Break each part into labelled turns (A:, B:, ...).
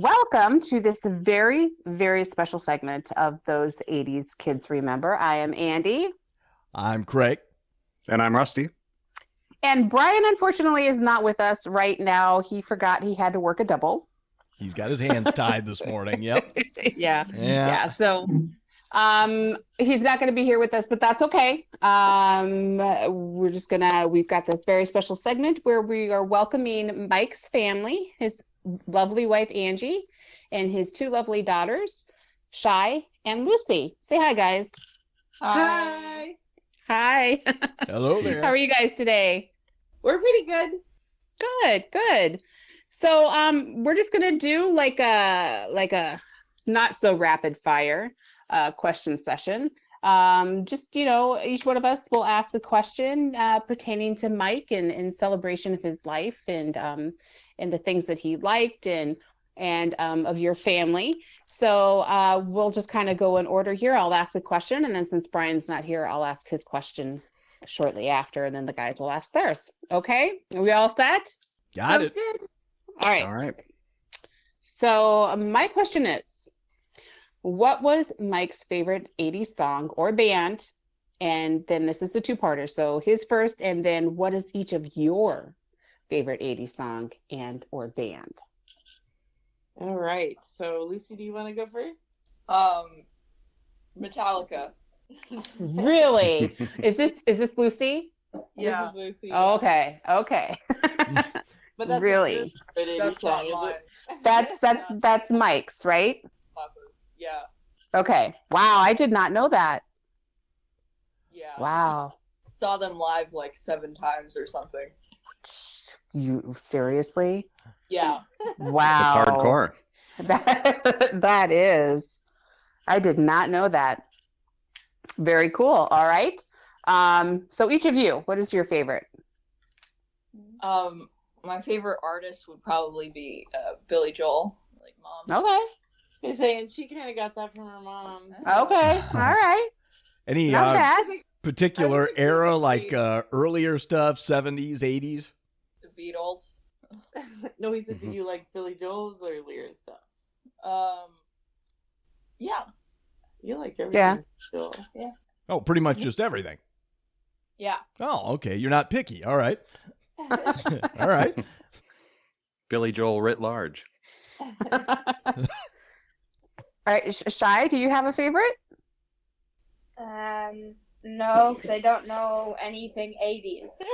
A: Welcome to this very, very special segment of Those 80s Kids Remember. I am Andy.
B: I'm Craig.
C: And I'm Rusty.
A: And Brian, unfortunately, is not with us right now. He forgot he had to work a double.
B: He's got his hands tied this morning. Yep.
A: yeah.
B: Yeah.
A: yeah so um he's not going to be here with us but that's okay um we're just gonna we've got this very special segment where we are welcoming mike's family his lovely wife angie and his two lovely daughters shy and lucy say hi guys
D: Hi.
A: hi
B: Hello
A: how
B: there.
A: are you guys today
D: We're pretty good.
A: good good so um we're just gonna do like a like a not so rapid fire uh question session um just you know each one of us will ask a question uh pertaining to mike and in celebration of his life and um and the things that he liked and and um, of your family so uh we'll just kind of go in order here i'll ask a question and then since brian's not here i'll ask his question shortly after and then the guys will ask theirs okay are we all set
B: Got
D: Sounds
B: it.
D: Good.
A: all right
C: All right.
A: so uh, my question is, what was Mike's favorite 80s song or band? And then this is the two-parter. So his first, and then what is each of your favorite 80s song and or band?
D: All right. So, Lucy, do you want to go first? Um, Metallica. Mm-hmm.
A: Really? is this is this Lucy?
D: yeah. This is Lucy.
A: Oh, Okay, okay.
D: But that's
A: really?
D: That's, that's not mine.
A: That's that's that's Mike's, right?
D: Papa's. Yeah.
A: Okay. Wow, I did not know that.
D: Yeah.
A: Wow.
D: Saw them live like seven times or something.
A: You seriously?
D: Yeah.
C: That's
A: Wow.
C: hardcore.
A: That, that is. I did not know that. Very cool. All right. Um, so each of you, what is your favorite?
D: Um, my favorite artist would probably be uh, Billy Joel. Like mom.
A: Okay.
E: Is saying she kind of got that from her mom.
D: Uh,
A: Okay. All right.
B: Any
A: Oh, Not
B: uh,
A: bad.
B: particular
E: thinking
B: era,
E: it would
B: like
E: be-
B: uh, earlier stuff, 70s, 80s?
D: The Beatles.
E: no, he said,
C: Mhm.
E: "Did you like Billy Joel's earlier stuff?
D: Um, yeah.
E: You like everything."
A: Yeah.
E: Joel.
B: Oh, pretty much just everything.
D: Yeah.
B: Oh, okay. You're not picky. All right. All right.
C: Billy Joel writ large.
A: All right. Sh- Shy, do you have a favorite?
F: Um, no, because I don't know anything 80s.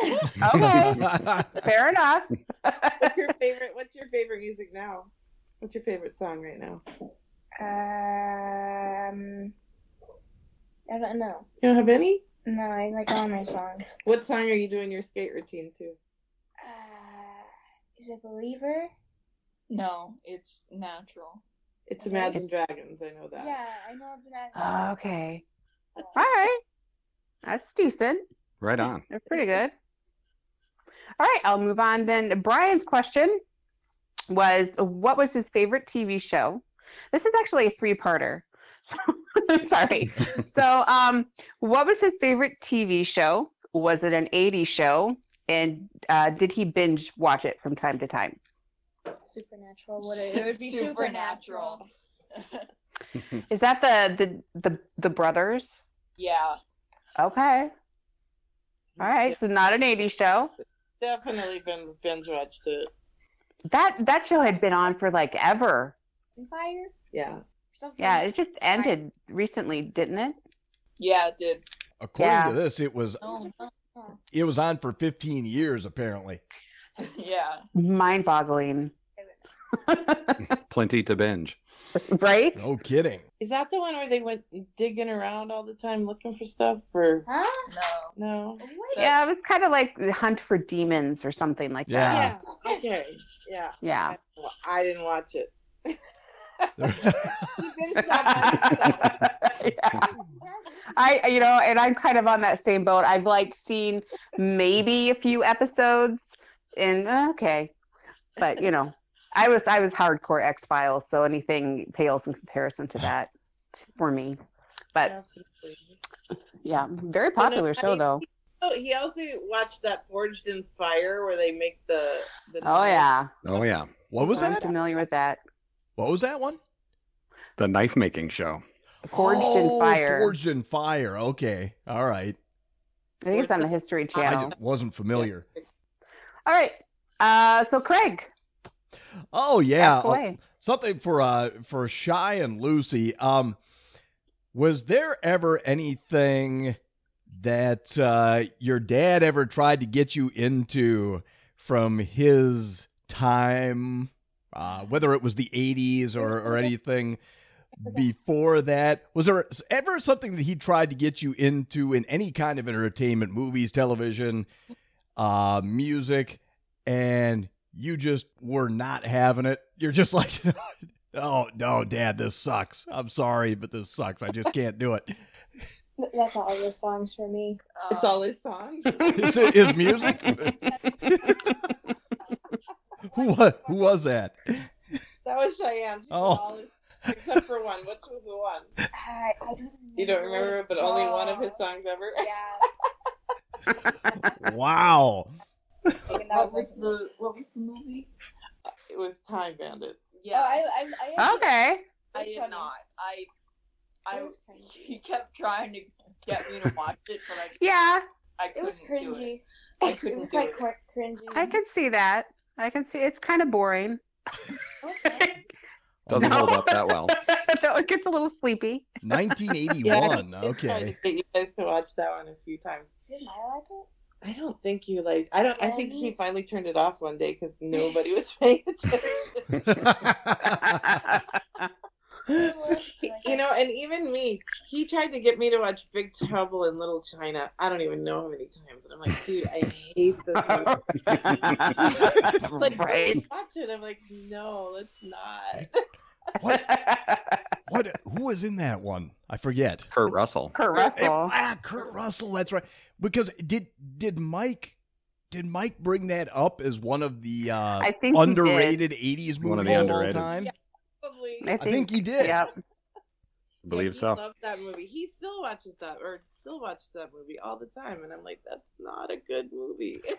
A: Okay. Fair enough.
E: What's your favorite? What's your favorite music now? What's your favorite song right now?
F: Um, I don't know.
E: You don't have any.
F: No, I like all my songs.
E: What song are you doing your skate routine to?
F: Uh, is it Believer?
D: No, it's natural.
E: It's Imagine Dragons. I know that.
F: Yeah, I know it's not.
A: okay. All right. That's decent.
C: Right on.
A: They're pretty good. All right, I'll move on then. Brian's question was what was his favorite TV show? This is actually a three-parter. So, sorry. So, um, what was his favorite TV show? Was it an 80s show? And uh, did he binge watch it from time to time?
F: Supernatural. Would it, it would be supernatural.
A: Is that the the the, the brothers?
D: yeah.
A: Okay. All right. So not an 80s show.
E: Definitely been binge watched it.
A: That that show had been on for like ever.
F: Empire?
E: Yeah.
F: Something.
A: Yeah, it just ended recently, didn't it?
D: Yeah, it did.
B: According
A: Yeah.
B: to this, it was
D: Oh, no.
B: it was on for 15 years apparently.
D: yeah.
A: Mind boggling.
C: Plenty to binge.
A: right?
B: No kidding.
E: Is that the one where they went digging around all the time looking for stuff? Or
F: Huh?
D: No.
E: no?
F: What?
A: Yeah, it was kind of like the hunt for demons or something like that.
B: Yeah.
E: Yeah. Okay. Yeah.
A: Yeah.
E: Well, I didn't watch it.
A: Yeah. I, you know, and I'm kind of on that same boat. I've like seen maybe a few episodes and eh, okay. But, you know, I was I was hardcore X-Files, so anything pales in comparison to that t- for me. But yeah, very popular show though.
E: Oh, he also watched that Forged in Fire where they make the. the
A: Oh yeah.
C: Oh yeah.
B: What was
A: I'm
B: that?
A: familiar with that.
B: What was that one?
C: The knife making show.
A: Forged
B: Oh,
A: in Fire.
B: Forged in Fire. Okay. All right.
A: I think it's on the History
B: I
A: Channel.
B: just wasn't familiar.
A: All right. Uh, so Craig,
B: Oh yeah.
A: ask away.
B: something for uh for shy and lucy um was there ever anything that uh your dad ever tried to get you into from his time uh whether it was the 80s or or anything before that was there ever something that he tried to get you into in any kind of entertainment movies television uh music and you just were not having it. You're just like, oh no, Dad, this sucks. I'm sorry, but this sucks. I just can't do it.
F: Th- That's all those songs for me.
E: It's
D: Um,
E: all his songs.
B: Is, it, is music? who was who was that?
E: That was Cheyenne. She said
B: Oh.
E: all his- except for one. Which was the one?
F: I, I don't. Remember
E: You don't
F: what
E: remember,
F: it's
E: it, but only one of
F: called.
E: his songs ever.
F: Yeah,
B: Wow.
F: even that
D: What
F: was.
D: was the What was the movie?
E: It was Time Bandits.
F: Oh,
D: Yeah,
F: I, I, I actually-
A: okay.
D: I,
F: It was
D: did
F: funny.
D: not. I I
F: It was
D: he
F: cringy.
D: kept trying to get me to watch it, but I
A: Yeah,
D: I
F: It
D: couldn't
F: was
D: do it.
F: cringy.
D: I
F: It was
D: couldn't do
F: quite
D: it.
F: cr- cringy.
A: I can see that. I can see it's kind of boring.
F: Okay.
C: Doesn't
A: No.
C: hold up that well.
A: No, it gets a little sleepy.
B: 1981.
E: I tried to
B: Okay.
E: get you guys to watch that one a few times.
F: Didn't I like it?
E: I don't think you like. I don't. I think he
F: Really?
E: finally turned it off one day because nobody was paying attention.
F: It was
E: He-
F: like
E: you
F: a-
E: know, and even me, he tried to get me to watch Big Trouble in Little China. I don't even know how many times, and I'm like, dude, I hate this movie. Like,
A: right.
E: watch it. I'm like, no, let's not.
B: what? What? Who was in that one? I forget.
C: Kurt Russell.
A: Kurt
B: It-
A: Russell.
B: ah, Kurt Russell. That's right. Because did did Mike did Mike bring that up as one of the uh,
A: I think
B: underrated '80s movies
C: One of the
B: of all
C: underrated.
B: time?
E: Yeah, Probably.
A: He did.
B: I think he did.
A: Yep.
C: I believe
E: he
C: so.
E: Loved that movie. He still watches that, or still watches that movie all the time, and I'm like, that's not a good movie.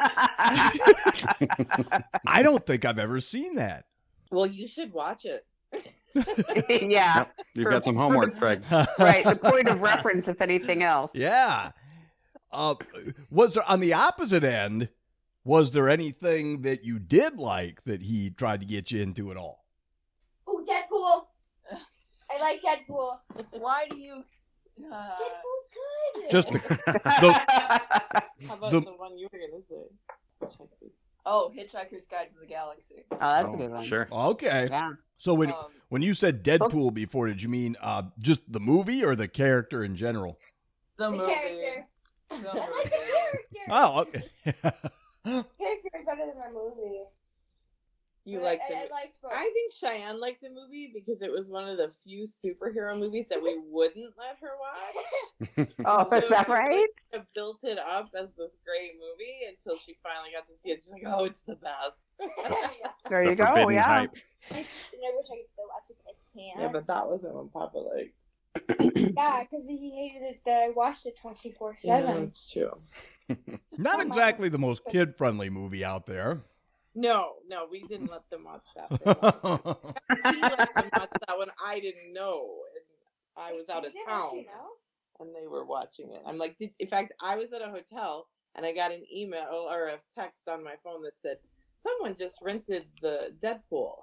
B: I don't think I've ever seen that.
E: well, you should watch it.
A: yeah.
C: Yep. You've got some homework, Craig.
A: Right. The point of reference, if anything else.
B: Yeah. Uh, was there on the opposite end? Was there anything that you did like that he tried to get you into at all?
F: Ooh, Deadpool. I like Deadpool.
D: Why do you? Uh,
F: Deadpool's good.
B: Just the,
E: How about
B: The-
E: the, one you were gonna say?
D: oh, Hitchhiker's Guide to the Galaxy.
A: oh, that's
C: Oh,
A: a good one.
C: Sure.
B: okay.
A: Yeah.
B: So when
D: Um,
B: When you said
A: Oh.
B: Deadpool before, did you mean uh, just the movie or the character in general?
D: the
F: the
D: movie.
F: character.
D: The
F: I like the
D: movie.
F: character.
B: Oh, okay.
F: The character is better than the movie.
E: You
F: But
E: like
F: I,
E: the.
F: I, I liked both.
E: I think Cheyenne liked the movie because it was one of the few superhero movies that we wouldn't let her watch.
A: Oh, is that
E: So-
A: right?
E: I built it up as this great movie until she finally got to see it. She's like, oh, it's the best.
A: There
C: The
A: you go.
C: forbidden
A: Yeah.
C: hype.
F: I s- and I wish I could still watch it, but I
E: Yeah,
F: can't.
E: but that wasn't what Papa liked.
F: Yeah, because he hated it that I watched it 24 7.
E: That's true.
B: Not exactly the most kid friendly movie out there.
E: No, no, we didn't let them watch that. For a long time. he let them watch that one. I didn't know. And I was out of town
F: You know?
E: and they were watching it. I'm like, did, in fact, I was at a hotel and I got an email or a text on my phone that said, someone just rented the Deadpool.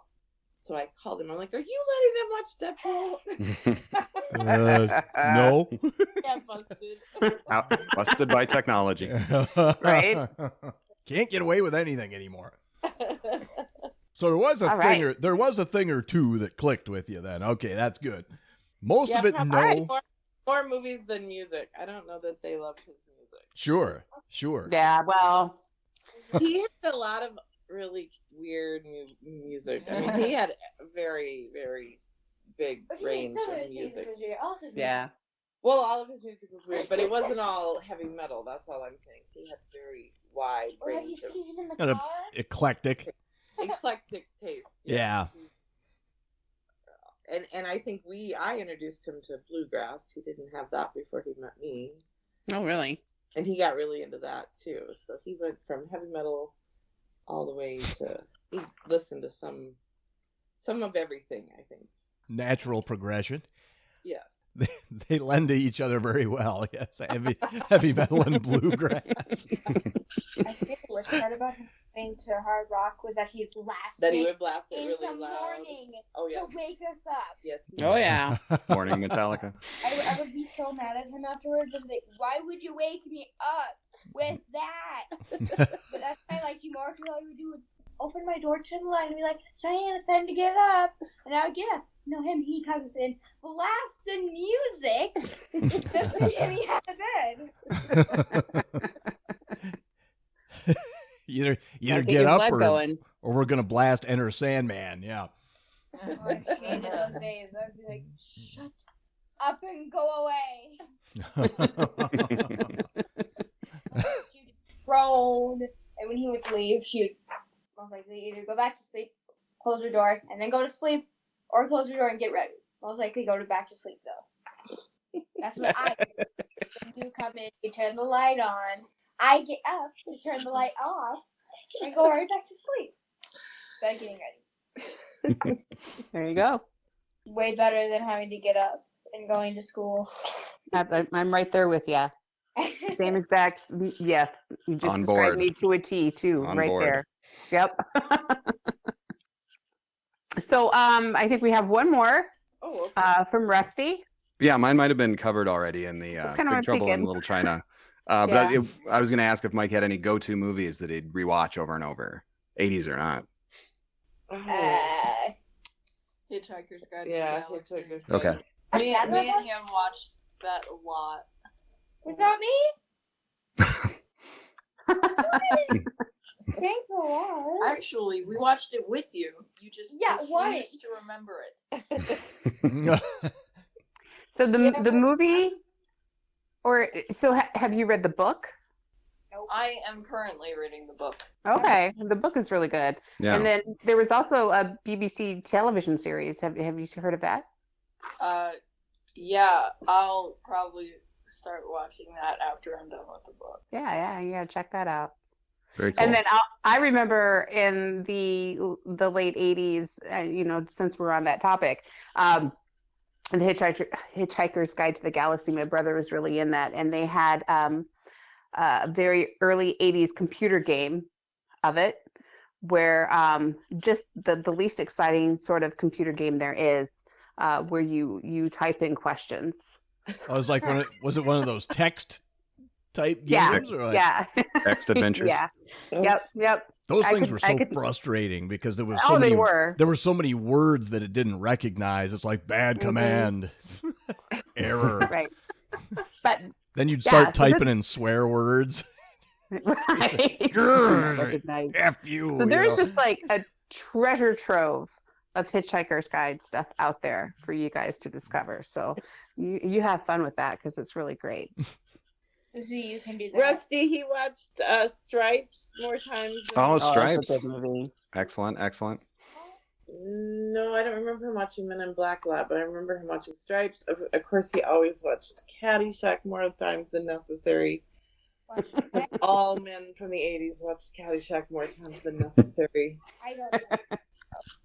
E: So I called him. I'm like, are you letting them watch Deadpool?
B: Uh, no.
E: yeah, busted.
C: Out- busted by technology.
A: Right?
B: Can't get away with anything anymore. So there was a
A: All right.
B: thing or there was a thing or two that clicked with you then. Okay, that's good. Most of it
E: probably
B: no.
E: More, more movies than music. I don't know that they loved his music.
B: Sure. Sure.
A: yeah. Well.
E: He had a lot of really weird mu- music. I mean, he had a very, very big
F: But he made
E: range
F: some of
E: of
F: his music
E: music.
F: was weird. All of his
A: Yeah.
E: Well, all of his music was weird, but it wasn't all heavy metal. That's all I'm saying. He had very wide
F: Well, have you
E: range
F: seen him in the
B: Kind of-
F: car?
B: Eclectic.
E: of eclectic taste.
B: Yeah.
E: And and I think we I introduced him to bluegrass. He didn't have that before he met me.
A: Oh, really?
E: and he got really into that too. So he went from heavy metal all the way to he listened to some Some of everything, I think.
B: Natural progression.
E: Yes.
B: They lend to each other very well. Yes, heavy, heavy metal and bluegrass.
F: I think the worst part about him getting to hard rock was that he blasted
E: Then he would blast it
F: in
E: really
F: the
E: loud.
F: morning
E: Oh yes,
F: to wake us up.
E: yes. he
A: Oh
E: would.
A: yeah.
C: Morning Metallica.
F: I, I would be so mad at him afterwards. I'd be like, "Why would you wake me up with that?" but that's why I liked you more because all you would do was open my door to him and be like, "Cheyenne, it's time to get up," and I would get up. No, him. He comes in, blasts the music, just to get me out of bed.
B: either
A: Gotta
B: either
A: get
B: get
A: your
B: up
A: blood
B: or,
A: going.
B: or we're gonna blast Enter Sandman. Yeah.
F: Oh, I hated those days. I'd be like, "Shut up and go away." she'd groan. And when he would leave, she would most likely either go back to sleep, close her door, and then go to sleep, or close her door and get ready. Most likely go to back to sleep though. That's what I do. When you come in, you turn the light on. I get up to turn the light off and go right back to sleep. Instead of getting ready.
A: There you go.
F: Way better than having to get up and going to school.
A: I- I- I'm right there with you. Same exact. Yes, you just
C: On
A: described
C: board.
A: me to a T too,
C: On
A: right
C: board.
A: there. Yep. so um, I think we have one more
E: Oh, okay.
A: uh, from Rusty.
C: Yeah, mine might have been covered already in the
A: That's
C: uh,
A: kinda what I'm
C: Big Trouble
A: thinking.
C: in Little China. Uh, but I, it- I was going to ask if Mike had any go-to movies that he'd rewatch over and over, 80s or not.
E: Oh.
F: Uh,
D: Hitchhiker's Guide to
E: yeah,
D: the Galaxy.
E: Hitchhiker's Guide.
C: Okay.
D: Me, me
F: Upset
D: and
F: about that?
D: him watched that a lot.
F: without me? Thanks a lot.
D: Actually, we watched it with you. You just
F: Yeah,
D: refused
F: why?
D: to remember it.
A: So the m- the
F: Yeah.
A: movie, or so ha- have you read the book?
D: I am currently reading the book.
A: Okay, the book is really good.
C: Yeah.
A: And then there was also a BBC television series. Have have you heard of that?
D: Uh, yeah, I'll probably start watching that after I'm done with the book.
A: Yeah, yeah, yeah. Check that out.
C: Very cool.
A: And then I, I remember in the the late '80s, uh, you know, since we're on that topic, um, the Hitchhiker, Hitchhiker's Guide to the Galaxy. My brother was really in that, and they had um, a very early '80s computer game of it, where um, just the the least exciting sort of computer game there is, uh, where you you type in questions.
B: I was like, one of, was it one of those text type
A: Yeah.
B: games? Or like,
A: yeah,
C: Next Adventures.
A: yeah,
E: Oh,
A: yep, yep.
B: Those
A: I
B: things
A: could-
B: were
A: I
B: so
A: could-
B: frustrating because there was so
A: oh,
B: many
A: they were.
B: there were so many words that it didn't recognize. It's like bad
A: Mhm.
B: command, error.
A: Right. But
B: Then you'd
A: Yeah,
B: start
A: so that-
B: typing in swear words.
A: right. Do
B: Grrr.
A: not recognize.
B: F you.
A: So
B: you
A: there's
B: know.
A: just like a treasure trove of Hitchhiker's Guide stuff out there for you guys to discover. So you, you have fun with that because it's really great.
F: Zoo, you can do that.
E: Rusty, he watched uh, Stripes more times. Than
C: Oh,
A: that's a
C: Stripes.
A: good movie.
C: Excellent, excellent.
E: No, I don't remember him watching Men in Black a lot, but I remember him watching Stripes. Of, of course, he always watched Caddyshack more times than necessary.
F: I
E: All men from the '80s watched Caddyshack more times than necessary.
F: don't know.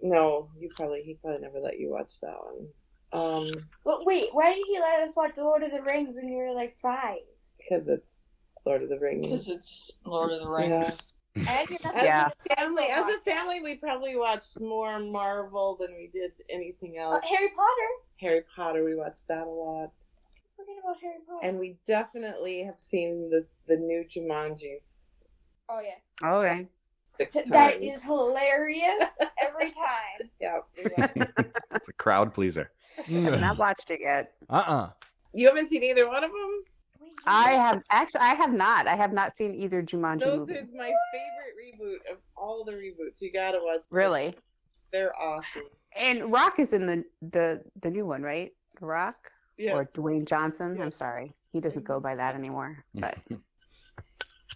E: No, you probably he probably never let you watch that one. Um,
F: But wait, why did he let us watch The Lord of the Rings when we were like five?
E: because it's Lord of the
D: Because
E: Rings.
D: it's Lord of the Rings.
F: I did nothing
A: Yeah.
F: but watch
E: Family, as a
F: Harry
E: family, we probably watched more Marvel than we did anything
F: Potter. Uh,
E: else.
F: Harry Potter.
E: Harry Potter, we watched that a lot.
F: Forget about Harry Potter.
E: And we definitely have seen the, the new Jumanjis
F: oh yeah,
A: Okay.
E: six
F: Th-
E: times.
F: that is hilarious every time.
E: Yeah. we watched-
C: It's a crowd pleaser.
A: I've not watched it yet.
B: Uh-uh.
E: you haven't seen either one of them?
F: We do.
A: I have actually I have not. I have not seen either Jumanji
E: Those
A: movie.
E: are my favorite reboot of all the reboots. You gotta watch. them.
A: Really.
E: They're awesome.
A: And Rock is in the the the new one, right? Rock
E: Yes.
A: or Dwayne Johnson. I'm
E: Yes.
A: sorry. He doesn't go by that anymore. But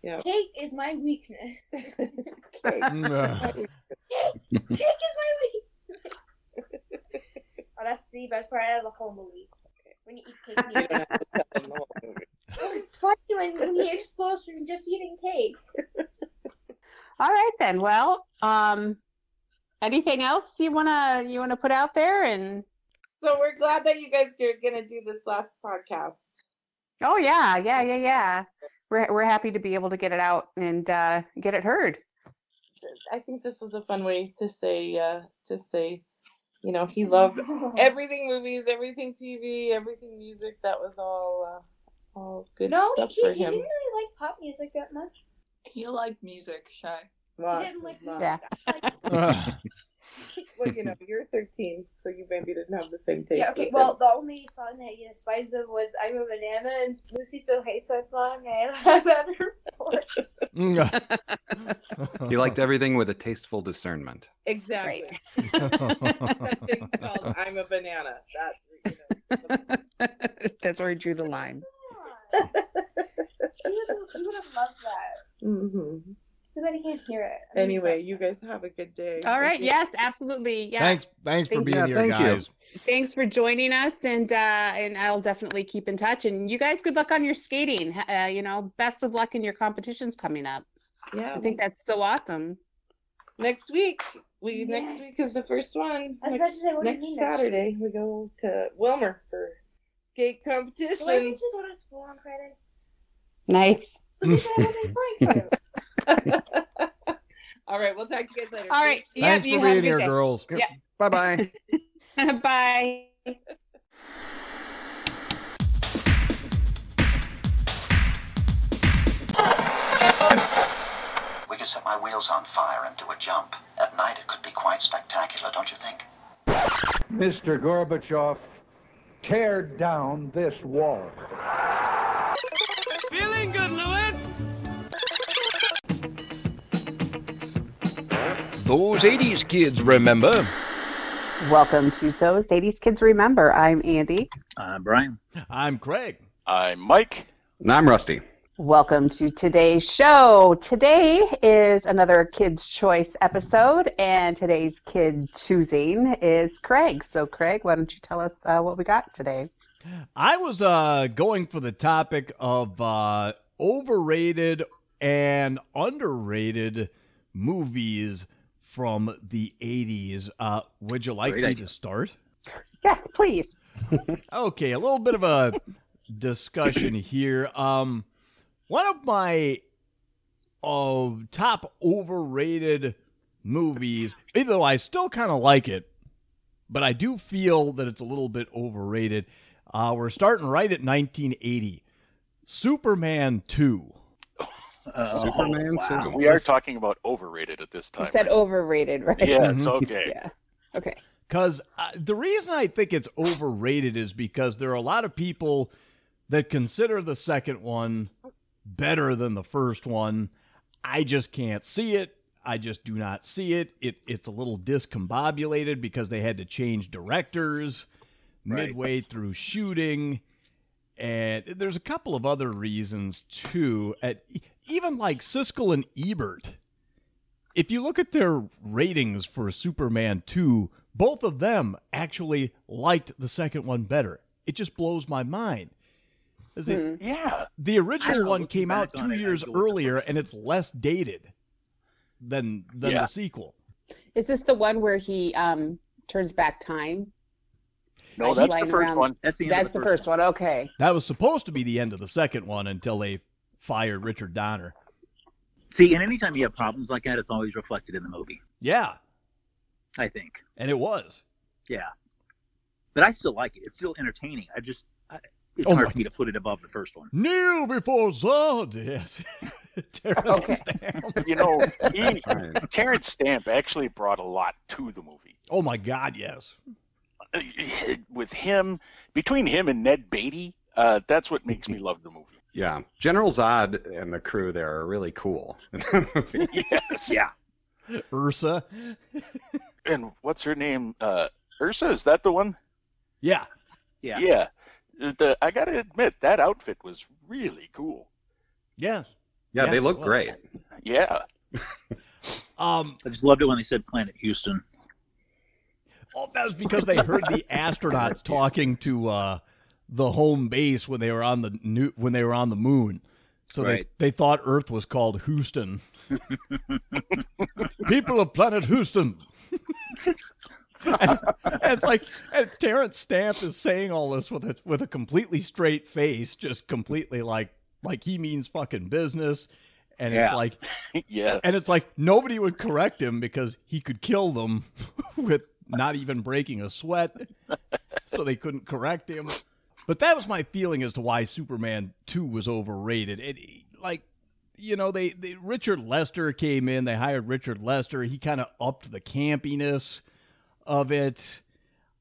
F: Cake is my weakness.
B: Mm,
F: Cake is my weakness. oh, that's the best part out of the whole movie. When he eats cake, and
E: You
F: he-
E: don't have to tell them the whole movie.
F: Oh, it's funny when, when he explodes from just eating cake.
A: All right then. Well, um, Anything else you wanna you wanna put out there? And
E: So we're glad that you guys are gonna do this last podcast.
A: oh yeah, yeah, yeah, yeah. We're we're happy to be able to get it out and uh, get it heard.
E: I think this was a fun way to say uh, to say, you know, he loved everything movies, everything TV, everything music. That was all uh, all good
F: no,
E: stuff
F: he,
E: for
F: he
E: him.
F: didn't really like pop music that much.
D: You like music, Shy.
F: He
E: Lots
F: didn't like
E: and lots.
A: Yeah.
F: music. that much.
B: Ugh.
E: Well, you know, you're 13, so you maybe didn't have the same taste.
F: Yeah, okay.
E: as
F: Well,
E: him.
F: the only song that he despised of was "I'm a Banana," and Lucy still hates that song. And I've had her before.
B: Mm-hmm.
C: He
B: Uh-huh.
C: liked everything with a tasteful discernment.
E: exactly.
A: Right.
E: That thing's called "I'm a Banana." That you know,
A: That's where I drew the line.
F: you would, you would have loved that.
E: Mhm.
F: Somebody can't hear it. I mean,
E: Anyway, you guys have a good day.
A: All right.
E: Thank you.
A: Yes, absolutely. Yeah.
B: Thanks, thanks for
A: Thank-
B: being
C: Yeah,
B: here,
C: thank you.
B: guys.
A: Thanks for joining us, and uh, and I'll definitely keep in touch. And you guys, good luck on your skating. Uh, you know, best of luck in your competitions coming up.
E: Yeah.
A: I think that's so awesome.
E: next week. We
F: Yes.
E: next week is the first one.
F: I was about to
E: next,
F: say, what do you
E: next
F: mean next
E: Saturday we go to Wilmer for skate
F: but- Why didn't
E: competitions.
F: you go to school on Friday?
A: Nice.
F: Because I wasn't going to.
E: All right, we'll talk to you guys later.
A: All right. yep.
B: Thanks
A: You
B: for
A: have a good
B: being here,
A: day.
B: girls.
C: Bye bye.
A: Bye.
G: We could set my wheels on fire and do a jump. At night, it could be quite spectacular, don't you think?
H: Mr. Gorbachev, tear down this wall.
I: Those 80s kids remember.
A: Welcome to Those 80s Kids Remember. I'm Andy.
J: I'm Brian.
B: I'm Craig.
J: I'm Mike.
C: And I'm Rusty.
A: Welcome to today's show. Today is another Kids' Choice episode, and today's kid choosing is Craig. So, Craig, why don't you tell us uh, what we got today?
B: I was uh, going for the topic of uh, overrated and underrated movies from the 80s. Uh, would you like
J: Great
B: me
J: idea.
B: to start?
A: Yes, please.
B: Okay, a little bit of a discussion here. Um, one of my uh, top overrated movies, even though I still kind of like it, but I do feel that it's a little bit overrated. Uh, we're starting right at 1980. Superman 2.
J: Oh,
C: Superman too.
J: We are talking about overrated at this time.
A: You said overrated, right?
J: Yes,
B: Mhm.
J: okay.
A: Yeah. Okay.
B: Because uh, the reason I think it's overrated is because there are a lot of people that consider the second one better than the first one. I just can't see it. I just do not see it. it it's a little discombobulated because they had to change directors
J: Right.
B: midway through shooting. And there's a couple of other reasons too. At e, even like Siskel and Ebert, if you look at their ratings for Superman 2, both of them actually liked the second one better. It just blows my mind. Is it-
A: Hmm.
J: Yeah.
B: The
J: I
B: original
J: know,
B: one
J: looking
B: came out
J: back on
B: two
J: it, I
B: years
J: go with the
B: earlier,
J: first
B: and it's less dated than than
J: Yeah.
B: the sequel.
A: Is this the one where he um, turns back time?
J: No,
A: Like
J: that's the
A: lying
J: first
A: around-
J: one. That's the end
A: That's
J: of
A: the first one. Okay.
B: That was supposed to be the end of the second one until they fired Richard Donner.
J: See, and anytime you have problems like that, it's always reflected in the movie,
B: Yeah,
J: I think.
B: and it was.
J: Yeah. But I still like it. It's still entertaining. I just, I, it's
B: Oh
J: hard
B: my-
J: for me to put it above the first one.
B: New before Zod. Yes. Terrell
A: Okay.
B: Stamp.
K: You know, he,
C: All right.
K: Terrence Stamp actually brought a lot to the movie.
B: Oh my God, yes.
K: Uh, With him, between him and Ned Beatty, uh, that's what makes me love the movie.
C: Yeah. General Zod and the crew there are really cool.
K: Yes.
J: Yeah.
B: Ursa.
K: And what's her name? Uh, Ursa, is that the one?
B: Yeah.
J: Yeah.
K: Uh, The, I gotta admit, that outfit was really cool.
B: Yes.
C: yeah, they
B: Yes,
C: look
B: well.
C: great.
K: Yeah.
B: Um,
J: I just loved it when they said Planet Houston.
B: oh, that was because they heard the astronauts talking to uh, the home base when they were on the new when they were on the moon. So
J: Right.
B: they, they thought Earth was called Houston. People of planet Houston. and, and it's like and Terrence Stamp is saying all this with a with a completely straight face, just completely like like he means fucking business. And it's
K: Yeah.
B: like
K: yeah.
B: and it's like nobody would correct him because he could kill them with not even breaking a sweat. So they couldn't correct him. But that was my feeling as to why Superman 2 was overrated. It like you know, they, they Richard Lester came in, they hired Richard Lester. He kind of upped the campiness of it.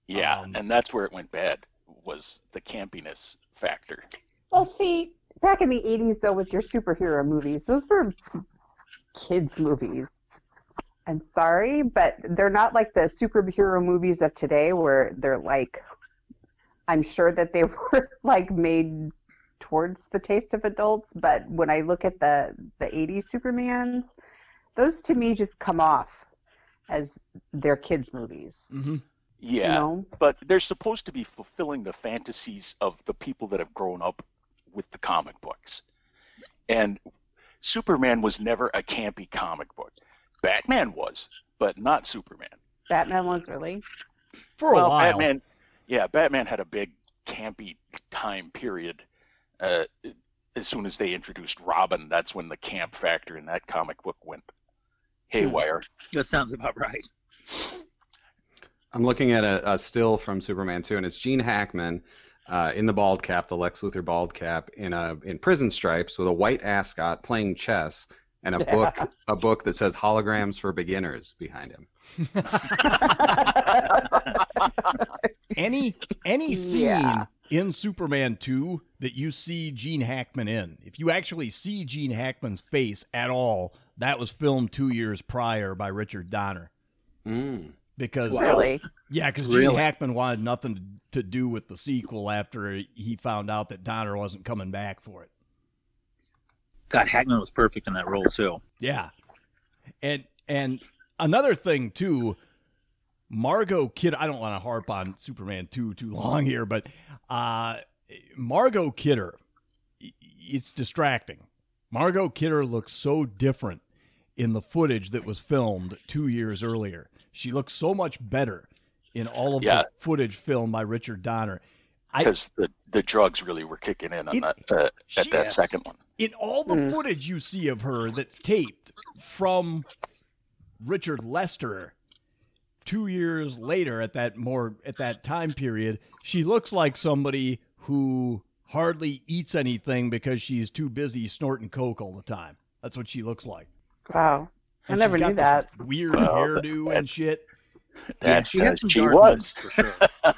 K: Yeah, Um, and that's where it went bad was the campiness factor.
A: Well, see, back in the 80s, though, with your superhero movies, those were kids' movies. I'm sorry, but they're not like the superhero movies of today where they're like, I'm sure that they were like made towards the taste of adults, but when I look at the, the 80s Supermans, those to me just come off as their kids' movies.
B: Mm-hmm.
K: Yeah,
A: No.
K: but they're supposed to be fulfilling the fantasies of the people that have grown up with the comic books. And Superman was never a campy comic book. Batman was, but not Superman.
A: Batman was really.
B: For
K: well, Batman, yeah, Batman had a big campy time period. Uh, as soon as they introduced Robin, that's when the camp factor in that comic book went haywire.
J: That sounds about right.
C: I'm looking at a, a still from Superman 2, and it's Gene Hackman uh, in the bald cap, the Lex Luthor bald cap, in a in prison stripes with a white ascot playing chess and a
A: Yeah.
C: book a book that says holograms for beginners behind him.
B: any any scene
A: Yeah.
B: in Superman 2 that you see Gene Hackman in, if you actually see Gene Hackman's face at all, that was filmed two years prior by Richard Donner.
C: Mm.
B: Because
A: Really?
B: yeah, because Gene
J: Really?
B: Hackman wanted nothing to do with the sequel after he found out that Donner wasn't coming back for it.
J: God, Hackman was perfect in that role too.
B: Yeah. And and another thing too, Margot Kid I don't want to harp on Superman 2 too long here, but uh Margot Kidder i- it's distracting. Margot Kidder looks so different in the footage that was filmed 2 years earlier. She looks so much better in all of
K: Yeah.
B: the footage filmed by Richard Donner. I
K: Because the, the drugs really were kicking in on
B: It-
K: that uh, at that
B: Yes.
K: second one.
B: in all the
A: Mm.
B: footage you see of her that's taped from Richard Lester two years later at that more at that time period, she looks like somebody who hardly eats anything because she's too busy snorting coke all the time. That's what she looks like.
A: Wow. I
B: And
A: never
B: she's
A: knew
B: got
A: that.
B: this Weird
K: Well,
B: hairdo
K: that-
B: and shit.
K: That,
J: she had
K: uh,
J: some
K: she
J: dark
K: was.
J: moments, for sure.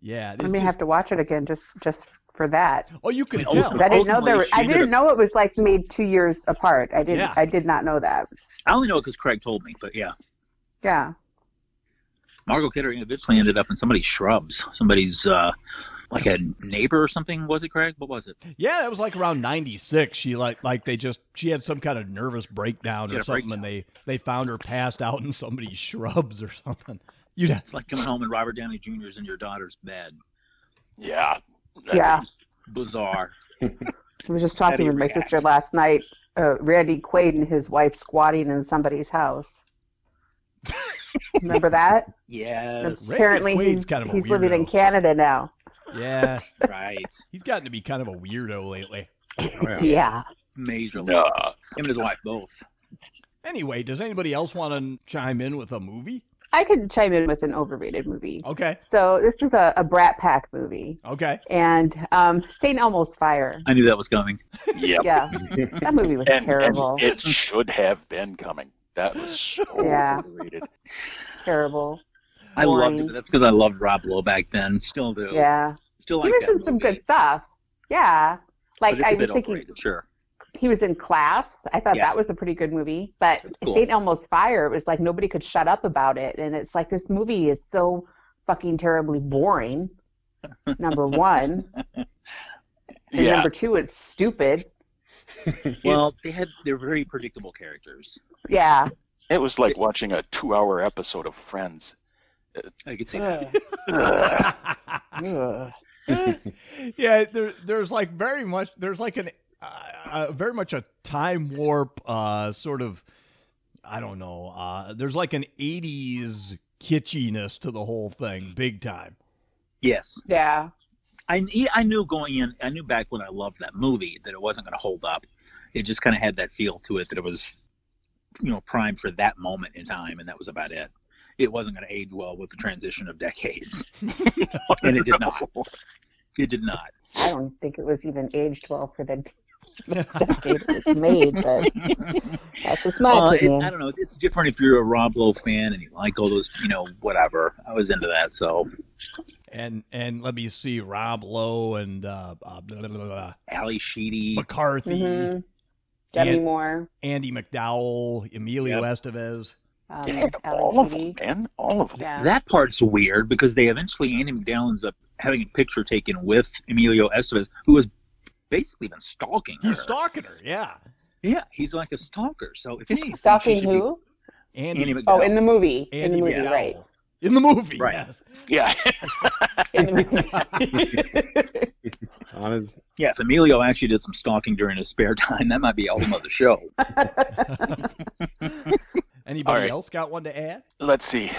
B: Yeah.
A: I
B: it's
A: may
B: just-
A: have to watch it again just just for that.
B: oh, you can
J: I mean,
B: tell.
A: I didn't know there.
J: Ultimately,
A: Were, I
J: she did
A: didn't
J: a-
A: know it was like made two years apart. I didn't.
B: Yeah.
A: I did not know that.
J: I only know it because Craig told me, but yeah,
A: Yeah.
J: Margot Kidder eventually ended up in somebody's shrubs, somebody's uh, like a neighbor or something. Was it Craig? What was it?
B: Yeah, that was like around '96. She like like they just she had some kind of nervous breakdown
J: She
B: or
J: had a
B: something, and they they found her passed out in somebody's shrubs or something. You'd
J: It's like coming home and Robert Downey Jr.'s in your daughter's bed.
K: Yeah. That-
A: Yeah.
J: Bizarre.
A: I was just
J: How do
A: talking
J: you
A: with my
J: react?
A: sister last night. Uh, Randy Quaid and his wife squatting in somebody's house. Remember that?
J: Yes.
A: Apparently,
B: Quaid's
A: he's,
B: kind of a
A: he's living in
B: weirdo.
A: Canada now.
B: yeah,
J: right.
B: he's gotten to be kind of a weirdo lately.
J: Oh,
A: Yeah.
J: Majorly.
K: Nah.
J: Him and his wife both.
B: Anyway, does anybody else want to chime in with a movie?
A: I could chime in with an overrated movie.
B: Okay,
A: So this is a, a Brat Pack movie,
B: okay.
A: and um, St. Elmo's Fire.
J: I knew that was coming.
K: Yep.
A: Yeah, that movie was
K: And- and
A: terrible.
K: it should have been coming. That was so
A: Yeah.
K: overrated.
A: terrible.
J: I loved
A: Boring.
J: it. but That's because I loved Rob Lowe back then. Still do.
A: Yeah.
J: Still
A: he was
J: like that
A: in some
J: movie,
A: good stuff. Yeah.
J: but
A: Like
J: it's a
A: I
J: bit
A: was thinking
J: overrated, Sure.
A: he was in class. I thought
J: Yeah.
A: that was a pretty good movie. But
J: It's cool.
A: St. Elmo's Fire, it was like nobody could shut up about it. And it's like this movie is so fucking terribly boring. Number one. And
K: Yeah.
A: number two, it's stupid.
J: Well, they had they're very predictable characters.
A: Yeah.
K: It was like watching a two-hour episode of Friends.
J: I could say that.
B: yeah, there, there's like very much there's like an uh, uh, very much a time warp uh, sort of I don't know. Uh, there's like an '80s kitschiness to the whole thing, big time.
J: Yes.
A: Yeah.
J: I, e, I knew going in, I knew back when I loved that movie that it wasn't going to hold up. It just kind of had that feel to it that it was, you know, primed for that moment in time, and that was about it. It wasn't going to age well with the transition of decades, and it did not. It did not.
L: I don't think it was even aged well for the decade it was made, but that's just my
J: Well, Uh, it-
L: opinion.
J: I don't know. It's different if you're a Rob Lowe fan and you like all those, you know, whatever. I was into that, so
B: And and let me see, Rob Lowe and uh, uh, blah, blah, blah, blah.
J: Ali Sheedy,
B: McCarthy,
A: Mhm. Demi
B: An-
A: Moore.
B: Andy McDowell, Emilio Estevez.
A: Um,
J: all of
A: them,
K: man. All of them.
A: Yeah.
J: That part's weird because they eventually Andy McDowell ends up having a picture taken with Emilio Estevez, who has basically been stalking her.
B: He's stalking her, yeah.
J: Yeah, he's like a stalker. So if anything, she
A: Stalking
J: should be-
A: who?
J: Andy, McDowell.
A: Oh, in the movie. in
J: Andy
A: the movie,
J: McDowell.
A: right.
B: In the movie,
J: Right.
B: yes.
K: Yeah.
C: Honest.
J: Yeah, if Emilio actually did some stalking during his spare time, that might be a whole other show.
B: Anybody
K: All right.
B: else got one to add?
K: Let's see.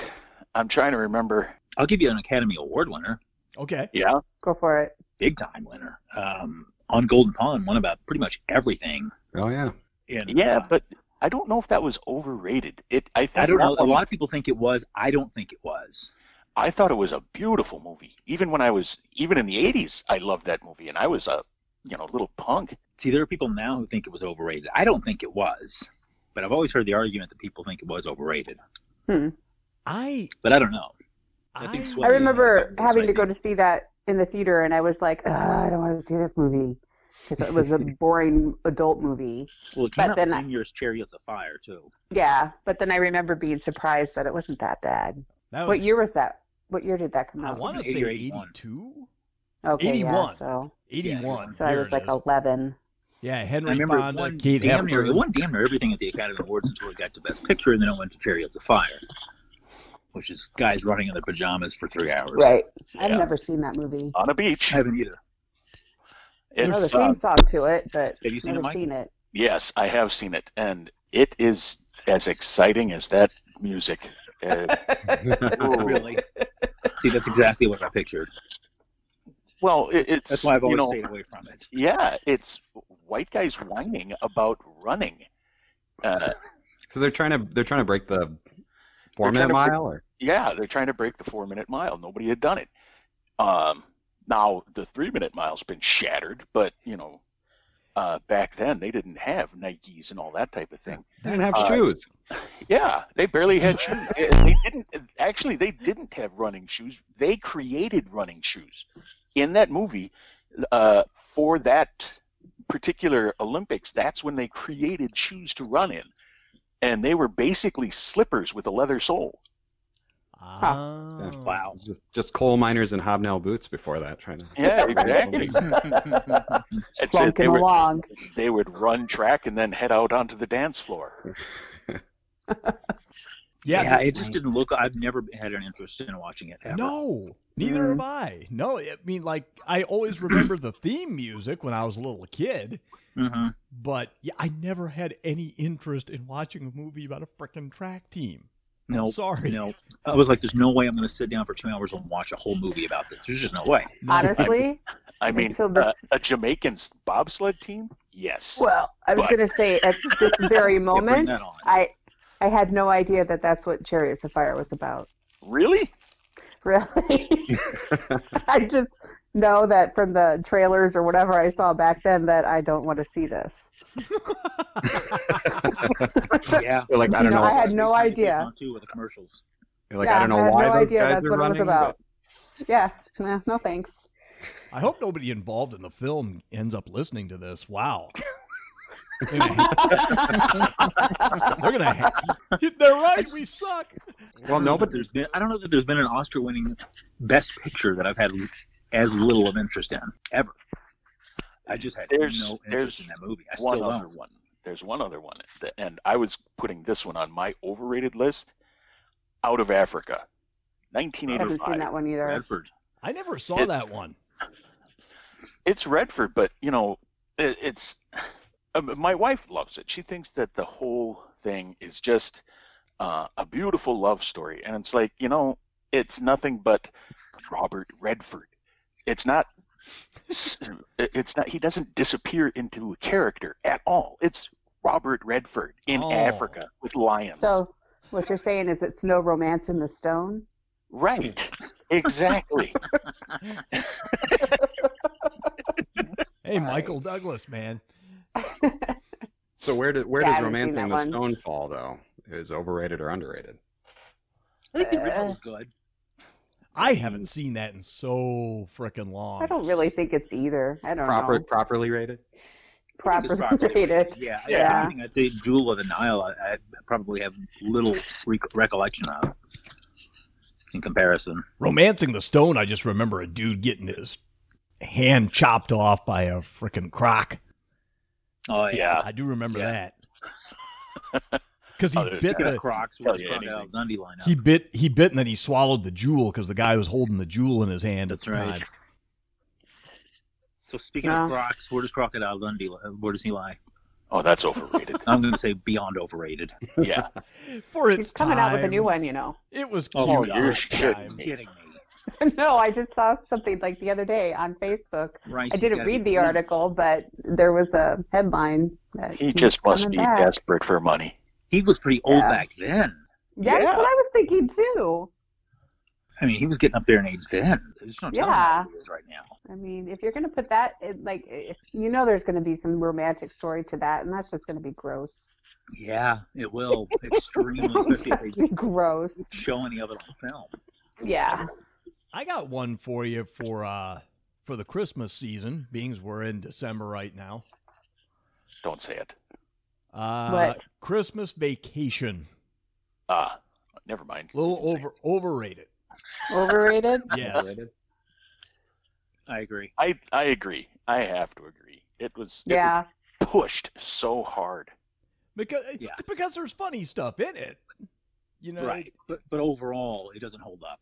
K: I'm trying to remember.
J: I'll give you an Academy Award winner.
B: Okay.
K: Yeah.
L: Go for it.
J: Big time winner. Um, on Golden Pond, won about pretty much everything.
C: Oh yeah.
J: And,
K: Yeah, but I don't know if that was overrated. It. I. Think
J: I don't know.
K: that
J: A
K: one-
J: lot of people think it was. I don't think it was.
K: I thought it was a beautiful movie. Even when I was, even in the '80s, I loved that movie, and I was a, you know, little punk.
J: See, there are people now who think it was overrated. I don't think it was, but I've always heard the argument that people think it was overrated.
L: Hmm.
B: I
J: But I don't know.
B: I,
J: think
L: I
J: Sweeney-
L: remember having to go to see that in the theater, and I was like, "Ugh, I don't want to see this movie because it was a boring adult movie.
J: Well, it came
L: But
J: out the
L: then, I-
J: same year as Chariots of Fire too.
L: yeah, but then I remember being surprised that it wasn't that bad.
B: That
L: what
B: was-
L: year was that? What year did that come out?
B: want to say 82?
L: Okay,
B: 81.
L: Yeah, so,
B: 81.
L: so I
B: There
L: was
B: it
L: like oh,
B: is.
L: 11.
B: Yeah,
J: I
B: Henry
J: remember it
B: Fonda,
J: won
B: Kate
J: damn near it
B: Hepburn.
J: won damn near everything at the Academy Awards until it got to Best Picture, and then it went to Chariots of Fire, which is guys running in their pajamas for three hours.
L: Right. I've
J: Yeah.
L: never seen that movie.
K: On a beach.
J: I haven't either.
L: I know the
K: It's,
L: theme
K: uh,
L: song to it, but
J: have you seen it,
L: never
J: Mike?
L: seen it.
K: Yes, I have seen it, and it is as exciting as that music. Uh, ooh.
J: really? See, that's exactly what I pictured.
K: Well, it, it's
J: That's why I've
K: you
J: always
K: know,
J: stayed away from it.
K: Yeah, it's white guys whining about running. Uh,
C: Because they're trying to they're trying to break the four
K: They're
C: minute
K: trying to
C: mile or
K: yeah, they're trying to break the four-minute mile. Nobody had done it. Um, now the three-minute mile's been shattered, but you know, uh, back then they didn't have Nikes and all that type of thing.
C: they didn't have
K: Uh,
C: shoes.
K: Yeah, they barely had shoes. And they didn't actually. They didn't have running shoes. They created running shoes in that movie uh, for that particular Olympics. That's when they created shoes to run in, and they were basically slippers with a leather sole.
C: Yeah.
B: Oh.
J: Wow.
C: Just, just coal miners and hobnail boots before that. Trying to
K: Yeah, exactly. That's it. They
L: Plunking
K: would,
L: along.
K: they would run track and then head out onto the dance floor.
J: Yeah,
B: Yeah,
J: it just didn't look. I've never had an interest in watching it ever.
B: No, neither
L: Mm-hmm.
B: have I. No, I mean, like, I always remember the theme music when I was a little kid,
J: Mhm.
B: but yeah, I never had any interest in watching a movie about a frickin' track team.
J: No,
B: I'm sorry.
J: No, I was like, "There's no way I'm going to sit down for two hours and watch a whole movie about this. There's just no way."
L: Honestly,
K: I mean,
L: so the-
K: uh, a Jamaican bobsled team? Yes.
L: well, I was
K: But-
L: going to say at this very moment,
K: that on.
L: I I had no idea that that's what Chariots of Fire was about.
K: Really?
L: Really? I just know that from the trailers or whatever I saw back then that I don't want to see this.
J: yeah,
C: They're like, I
L: You
C: don't
L: know,
C: know.
L: I had no idea.
J: Too with the commercials.
C: They're like,
L: yeah,
C: I don't know
L: had
C: why
L: no
C: those
L: idea
C: guys
L: that's
C: are
L: what
C: running,
L: it was about. Yeah, no, no thanks.
B: I hope nobody involved in the film ends up listening to this. Wow. They're gonna. ha- They're right. We suck.
J: I don't know that there's been. I don't know that there's been an Oscar-winning Best Picture that I've had l- as little of interest in ever. I just had
K: There's
J: no interest
K: there's
J: in that movie. I
K: one
J: still
K: other
J: don't.
K: one. There's one other one, th- and I was putting this one on my overrated list. Out of Africa,
L: I haven't
K: 1985.
L: seen that one either.
B: I never saw
K: It-
B: that one.
K: It's Redford, but you know, it, it's. um, My wife loves it. She thinks that the whole thing is just uh, a beautiful love story. And it's like, you know, it's nothing but Robert Redford. It's not. It's not. He doesn't disappear into a character at all. It's Robert Redford in
L: Oh.
K: Africa with lions.
L: So, what you're saying is it's no romance in the stone?
K: Right. Exactly.
B: Hey, Michael Douglas, man.
C: So where did where
L: Yeah, I
C: does
L: haven't seen
C: Romancing
L: that
C: the
L: one.
C: Stone fall though? Is overrated or underrated?
J: I think the original was good.
B: I haven't seen that in so freaking long.
L: I don't really think it's either. I don't
C: Proper
L: know.
C: properly rated.
L: Properly, rated.
J: Yeah,
L: Yeah.
J: yeah. I think the Jewel of the Nile, I, I probably have little re- recollection of in comparison.
B: Romancing the Stone, I just remember a dude getting his hand chopped off by a freaking croc.
J: Oh yeah,
B: I do remember that. 'Cause he bit
J: Speaking of
B: the-
J: Crocs,
B: Tell
J: which
B: you
J: Crocodile
B: anything.
J: Dundee lineup.
B: He bit he bit and then he swallowed the jewel because the guy was holding the jewel in his hand at the
J: right.
B: time.
J: So speaking of Crocs, where does Crocodile Dundee? li- Where does he lie?
K: Oh, that's overrated.
J: I'm going to say beyond overrated.
K: Yeah.
B: For
L: He's coming out with a new one, you know.
B: It was
J: Oh,
B: cute
J: God,
B: at
J: you're
B: the
J: kidding
B: time.
J: me.
L: no, I just saw something like the other day on Facebook.
J: Right,
L: I
J: he's
L: didn't
J: gotta be
L: read the
J: blue.
L: article, but there was a headline that
K: He
L: he's
K: just must
L: coming
K: be
L: back.
K: desperate for money.
J: He was pretty old
L: Yeah.
J: back then.
L: That's
J: Yeah.
L: what I was thinking too.
J: I mean, he was getting up there in age then. There's no telling
L: Yeah.
J: how old he is right now.
L: I mean, if you're going to put that, in, like, if, you know, there's going to be some romantic story to that, and that's just going to be gross.
J: Yeah, it will extremely,
L: It's
J: especially
L: just
J: if they
L: be gross.
J: show any of it on film.
L: Yeah.
B: I got one for you for uh for the Christmas season, beings we're in December right now.
K: Don't say it.
B: Uh
K: What?
B: Christmas vacation.
K: Ah, never mind.
B: little over overrated.
L: Overrated?
B: Yes.
J: I agree.
K: I I agree. I have to agree. It was it was
L: Yeah.
K: pushed so hard.
B: Because because there's funny stuff in it. You know,
J: right. But but overall, it doesn't hold up.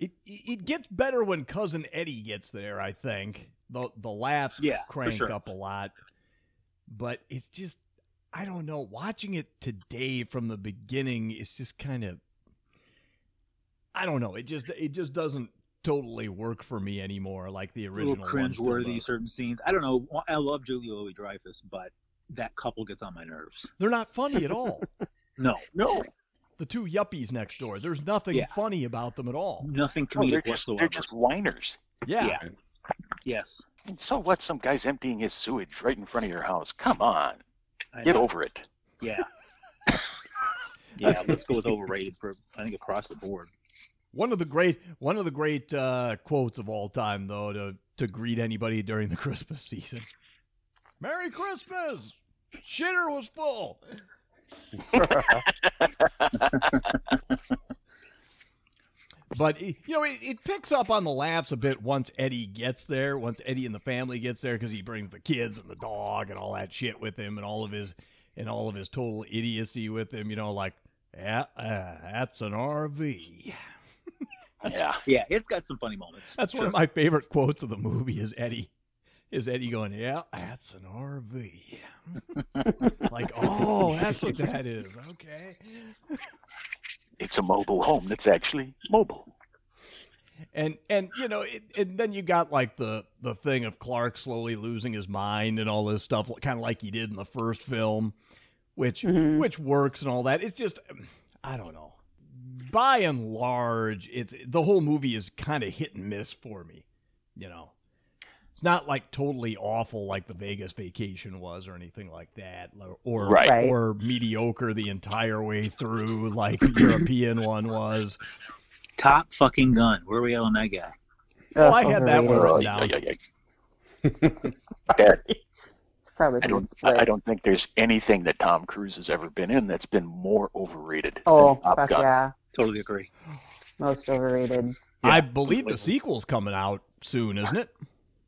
B: It it gets better when cousin Eddie gets there. I think the the laughs
J: Yeah, for
B: crank
J: sure.
B: up a lot, but it's just I don't know. Watching it today from the beginning is just kind of I don't know. It just it just doesn't totally work for me anymore. Like the
J: A
B: original
J: little
B: one still
J: cringeworthy
B: does.
J: certain scenes. I don't know. I love Julia Louis Dreyfus, but that couple gets on my nerves.
B: They're not funny at all.
J: No,
B: no. The two yuppies next door. There's nothing
J: Yeah.
B: funny about them at all.
J: nothing
K: No, they're
J: comedic
K: just,
J: whatsoever.
K: they're just whiners.
B: Yeah.
J: Yeah. Yes.
K: And so what? Some guy's emptying his sewage right in front of your house. Come on,
J: I
K: get
J: know.
K: over it.
J: Yeah. yeah. Let's go with overrated for I think across the board.
B: One of the great one of the great uh, quotes of all time, though, to to greet anybody during the Christmas season. Merry Christmas. Shitter was full. But it- you know, it, it picks up on the laughs a bit once Eddie gets there, once Eddie and the family gets there, because he brings the kids and the dog and all that shit with him, and all of his and all of his total idiocy with him. You know, like yeah, uh, that's an RV.
K: yeah.
J: Yeah. It's got some funny moments.
B: That's one of my favorite quotes of the movie. Is Eddie? Is Eddie going? Yeah, that's an RV. like, oh, that's what that is. Okay.
K: It's a mobile home that's actually mobile.
B: and and you know it, and then you got like the the thing of clark slowly losing his mind and all this stuff kind of like he did in the first film which which works and all that it's just i don't know by and large it's the whole movie is kind of hit and miss for me you know it's not like totally awful like the vegas vacation was or anything like that or or,
K: Right. Right.
B: or mediocre the entire way through like the european one was
J: Top fucking gun. Where are we at on that guy?
B: well, i had that one
K: Oh,
B: written
K: yeah,
B: down
K: yeah, yeah. That-
L: probably
K: I don't. I I don't think there's anything that Tom Cruise has ever been in that's been more overrated. than
L: Oh,
K: Top
L: fuck
K: Gun.
L: yeah.
J: Totally agree.
L: Most overrated.
B: I believe the sequel's coming out soon, isn't it?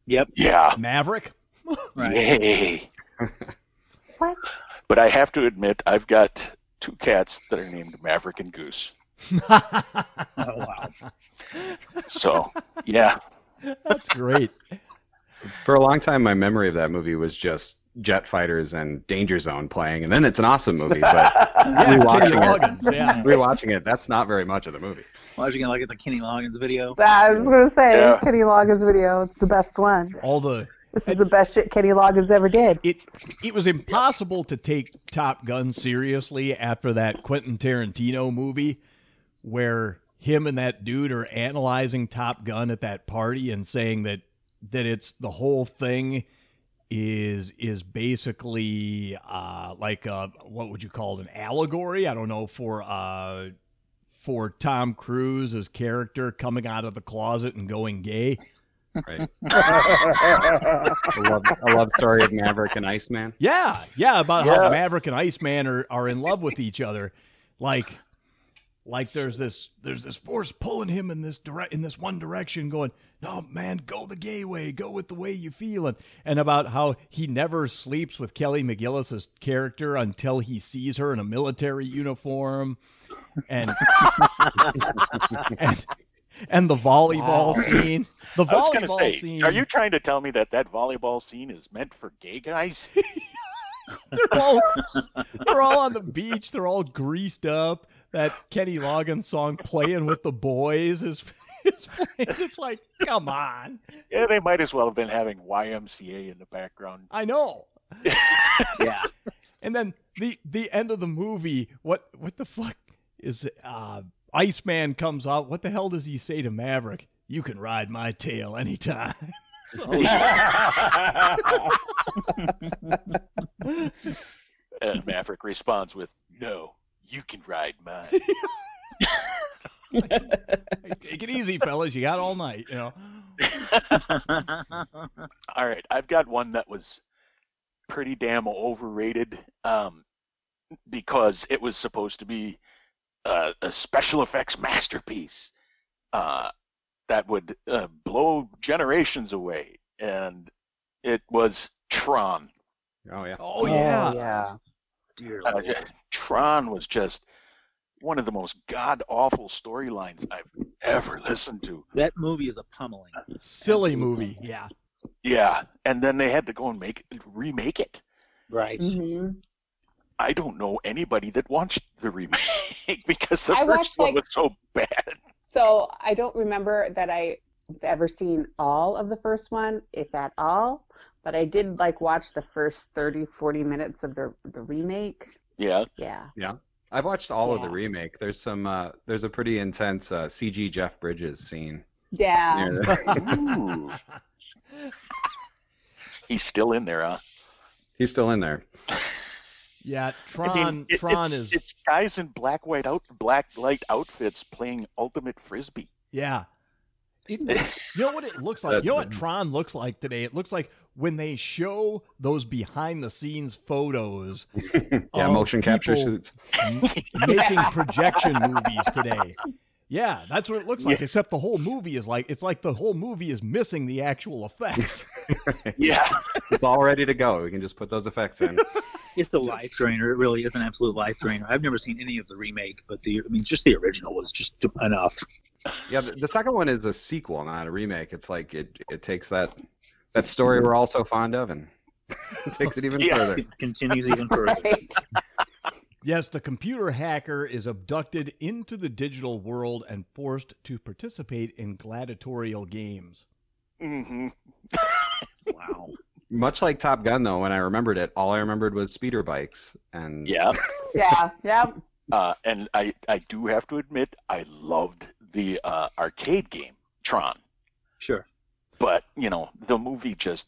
J: Yep.
K: Yeah.
B: Maverick.
K: Yay. But I have to admit, I've got two cats that are named Maverick and Goose.
J: Oh wow.
K: So, yeah.
B: That's great.
C: For a long time, my memory of that movie was just jet fighters and Danger Zone playing, and then it's an awesome movie. But
J: Yeah, Kenny
C: rewatching
J: Loggins,
C: it,
J: yeah.
C: rewatching it, that's not very much of the movie.
J: Watching it like it's a Kenny Loggins video.
L: I was gonna say
C: Yeah.
L: Kenny Loggins video. It's the best one.
B: All the
L: This is the best shit Kenny Loggins ever did.
B: It it was impossible to take Top Gun seriously after that Quentin Tarantino movie where him and that dude are analyzing Top Gun at that party and saying that that it's the whole thing is is basically uh like uh what would you call it an allegory I don't know for uh for Tom Cruise's character coming out of the closet and going gay
C: right I love, I love story of Maverick and Iceman.
B: Yeah, yeah, about
C: Yeah.
B: how Maverick and Iceman are, are in love with each other. Like like there's this there's this force pulling him in this direct in this one direction going, "No, man, go the gay way, go with the way you feel." And, and about how he never sleeps with Kelly McGillis's character until he sees her in a military uniform. And and, and the volleyball
K: Wow.
B: scene. The
K: I was gonna
B: volleyball
K: say,
B: scene.
K: Are you trying to tell me that that volleyball scene is meant for gay guys?
B: they're all they're all on the beach. They're all greased up. That Kenny Loggins song "Playing with the Boys" is is playing. It's like, come on.
K: yeah, they might as well have been having YMCA in the background.
B: I know.
J: yeah.
B: And then the the end of the movie. What what the fuck is it? Uh, Iceman comes out. What the hell does he say to Maverick? You can ride my tail anytime. So-
C: Oh,
K: and Maverick responds with, "No, you can ride mine."
B: Take it easy, fellas. You got all night. You know.
K: All right, I've got one that was pretty damn overrated um, because it was supposed to be uh, a special effects masterpiece uh, that would uh, blow generations away, and it was Tron.
C: Oh yeah.
B: Oh yeah.
K: yeah. Dear Uh,
J: Oh,
K: Tron was just one of the most god awful storylines I've ever listened to.
J: That movie is a pummeling.
B: Silly movie. Yeah.
K: Yeah, and then they had to go and make remake it.
J: Right.
L: Mm-hmm.
K: I don't know anybody that watched the remake because the
A: I watched,
K: first one
A: like-
K: was so bad.
A: So I don't remember that I've ever seen all of the first one, if at all, but I did like watch the first 30, 40 minutes of the, the remake.
K: Yeah.
A: Yeah.
C: Yeah. I've watched all of the
A: Yeah.
C: remake. There's some. Uh, there's a pretty intense uh, CG Jeff Bridges scene.
A: Yeah.
B: Um,
C: Yeah.
K: He's still in there, huh?
C: He's still in there.
B: Yeah,
K: I
B: Tron.
K: mean, it-
B: Tron
K: it's-
B: is
K: it's guys in black white out black light outfits playing ultimate frisbee.
B: Yeah. It, you know what it looks like? You know what Tron looks like today? It looks like when they show those behind the scenes photos
C: Yeah,
J: Oh,
B: of
C: motion capture
B: people
C: suits.
B: making projection movies today. Yeah, that's what it looks like, except the whole movie is like, it's like the whole movie is missing the actual effects.
K: Yeah.
C: it's all ready to go. We can just put those effects in.
J: It's a life drainer. It really is an absolute life drainer. I've never seen any of the remake, but the I mean, just the original was just enough.
C: Yeah, the, the second one is a sequel, not a remake. It's like it it takes that that story we're all so fond of and takes it even further.
J: It continues even further.
B: Yes, the computer hacker is abducted into the digital world and forced to participate in gladiatorial games.
K: Mm-hmm.
J: Wow.
C: Much like Top Gun, though, when I remembered it, all I remembered was speeder bikes and
K: Yeah.
A: Yeah. Yeah.
K: Uh, and I, I do have to admit, I loved the uh, arcade game, Tron.
J: Sure.
K: But, you know, the movie just,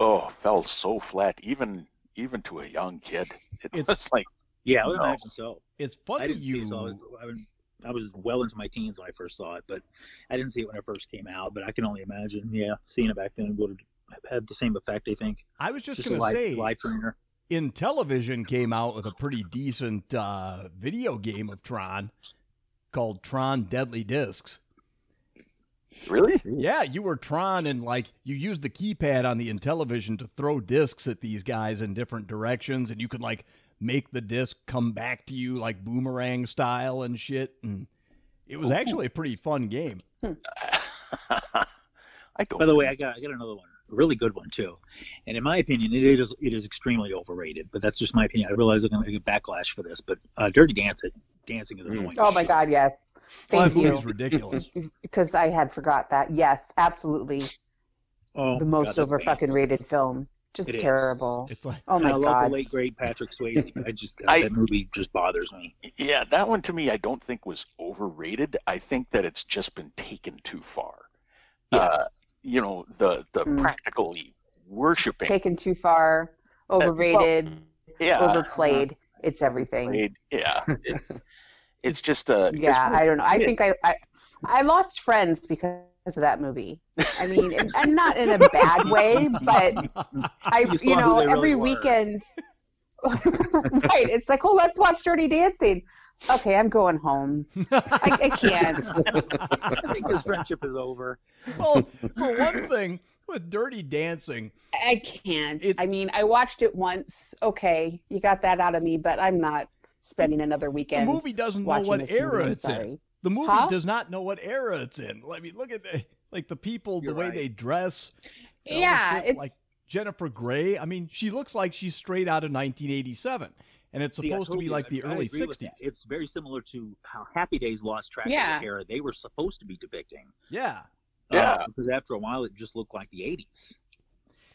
K: oh, fell so flat, even even to a young kid. It was like,
J: Yeah, I would
K: no.
J: imagine so.
B: It's funny
J: I didn't see it till I was,
B: you-
J: I was- I was well into my teens when I first saw it, but I didn't see it when it first came out. But I can only imagine, yeah, seeing it back then would have had the same effect. I think.
B: I was just
J: a
B: gonna
J: life,
B: say-
J: life trainer.
B: in television came out with a pretty decent uh, video game of Tron called Tron Deadly Discs.
K: Really?
B: Yeah, you were Tron and like you used the keypad on the Intellivision to throw discs at these guys in different directions and you could like make the disc come back to you like boomerang style and shit and it was
L: Oh.
J: Ooh.
B: actually a pretty fun game.
K: I don't
J: By the way, I got I got another one. a really good one too. And in my opinion, it is it is extremely overrated. But that's just my opinion. I realize I'm going to get backlash for this, but uh, Dirty Dancing, dancing is
C: mm.
J: annoying.
L: Oh my God, yes. Thank
J: Well, that
L: you.
J: movie's ridiculous.
L: Because I had forgot that. Yes, absolutely.
J: Oh,
L: the
J: my
L: most
J: God, that's
L: over fucking rated film. Just
J: It is.
L: terrible.
B: It's like
L: oh my
J: I love the
L: God.
J: late great Patrick Swayze. but I just
K: I-
J: that movie just bothers me.
K: Yeah, that one to me, I don't think was overrated. I think that it's just been taken too far. Uh, you know, the the
A: Hmm.
L: Mm.
K: practically worshiping.
L: Taken too far. Overrated.
J: uh,
K: yeah.
L: Overplayed. It's everything.
K: Overplayed, Yeah, it, it's just
J: uh,
K: a.
L: Yeah, I don't know. I think I, I I lost friends because of that movie. I mean, and, and not in a bad way, but I
J: You
L: you,
J: saw who
L: know
J: they really
L: every
J: were.
L: weekend, right? It's like, oh, let's watch Dirty Dancing. Okay, I'm going home. I, I can't.
J: I think this friendship is over.
B: Well, for one thing, with Dirty Dancing,
L: I can't. I mean, I watched it once. Okay, you got that out of me, but I'm not spending another
B: the
L: weekend.
B: movie doesn't know
L: watching
B: what
L: this movie.
B: era
L: I'm
B: it's in.
L: sorry.
B: The movie
L: Huh?
B: does not know what era it's in. I mean, look at the, like the people, the way they dress. and all this
A: Yeah,
B: shit,
A: it's-
B: like Jennifer Grey. I mean, she looks like she's straight out of 1987, and it's
J: See, I
B: supposed to
J: told
B: be
J: you,
B: like
J: I-
B: the
J: I
B: early
J: agree with
B: 60s.
J: that. It's very similar to how Happy Days lost track
B: Yeah.
J: of the era they were supposed to be depicting.
B: Yeah.
J: Uh,
B: Yeah.
J: because after a while, it just looked like the 80s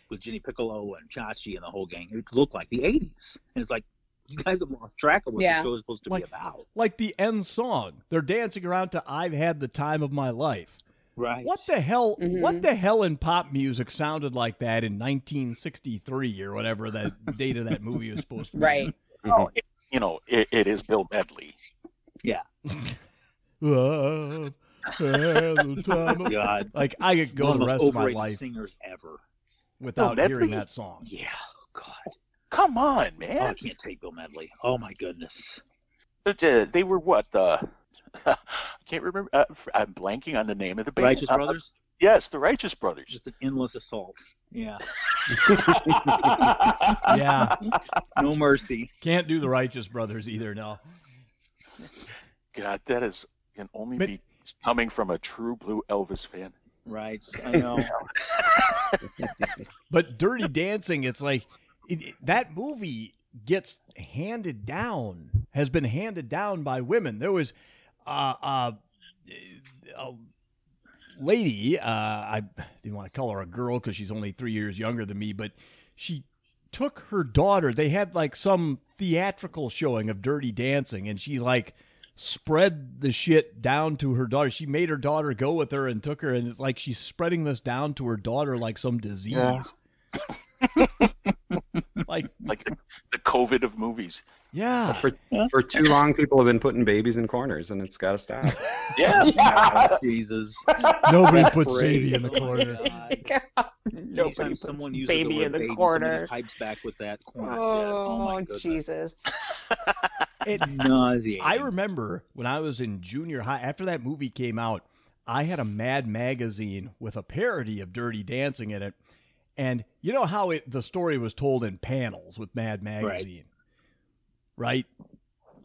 J: with Ginny Piccolo and Chachi and the whole gang. It looked like the 80s. And it's like, you guys have lost track of what
B: Yeah.
J: the show is supposed to
B: Like-
J: be about.
B: Like the end song, they're dancing around to "I've Had the Time of My Life."
J: Right. Mm-hmm.
B: What the hell? What the hell in pop music sounded like that in 1963 or whatever that date of that movie was supposed to be?
K: Right. Oh, it, you know, it, it is Bill Medley.
J: Yeah.
B: Love had the time of-
J: God.
B: Like I could go
J: One
B: the
J: most
B: rest of my
J: overrated
B: life
J: singers ever.
B: without
J: Medley?
B: hearing that song.
J: Yeah. God.
K: Come on,
J: Oh, I
K: man.
J: can't take Bill Medley. Oh, my goodness.
K: But, uh, they were what? Uh, I can't remember. Uh, I'm blanking on the name of the band.
J: Righteous
K: Uh,
J: Brothers?
K: yes, the Righteous Brothers.
J: It's an endless assault. Yeah.
B: yeah.
J: No mercy.
B: Can't do the Righteous Brothers either. No.
K: God, that is can only
B: But-
K: be coming from a true blue Elvis fan.
J: Right. I know.
B: But Dirty Dancing, it's like it, it- that movie gets handed down, has been handed down by women. There was uh, uh, a lady, uh, I didn't want to call her a girl because she's only three years younger than me, but she took her daughter. They had like some theatrical showing of Dirty Dancing, and she like spread the shit down to her daughter. She made her daughter go with her and took her, and it's like she's spreading this down to her daughter like some disease.
K: Yeah.
B: like
K: like the, the COVID of movies.
B: Yeah.
C: For, for too long, people have been putting babies in corners, and it's got to stop.
K: Yeah.
J: Jesus.
B: Nobody
C: That's
B: puts
C: great.
B: baby in the corner.
J: Anytime someone uses
L: baby
J: the word
L: in the
J: baby,
L: corner.
J: somebody pipes back with that corner shit. Oh
L: Oh,
J: my goodness.
L: Jesus.
B: It
J: nauseating.
B: I remember when I was in junior high, after that movie came out, I had a Mad magazine with a parody of Dirty Dancing in it. And you know how it, the story was told in panels with Mad Magazine, right?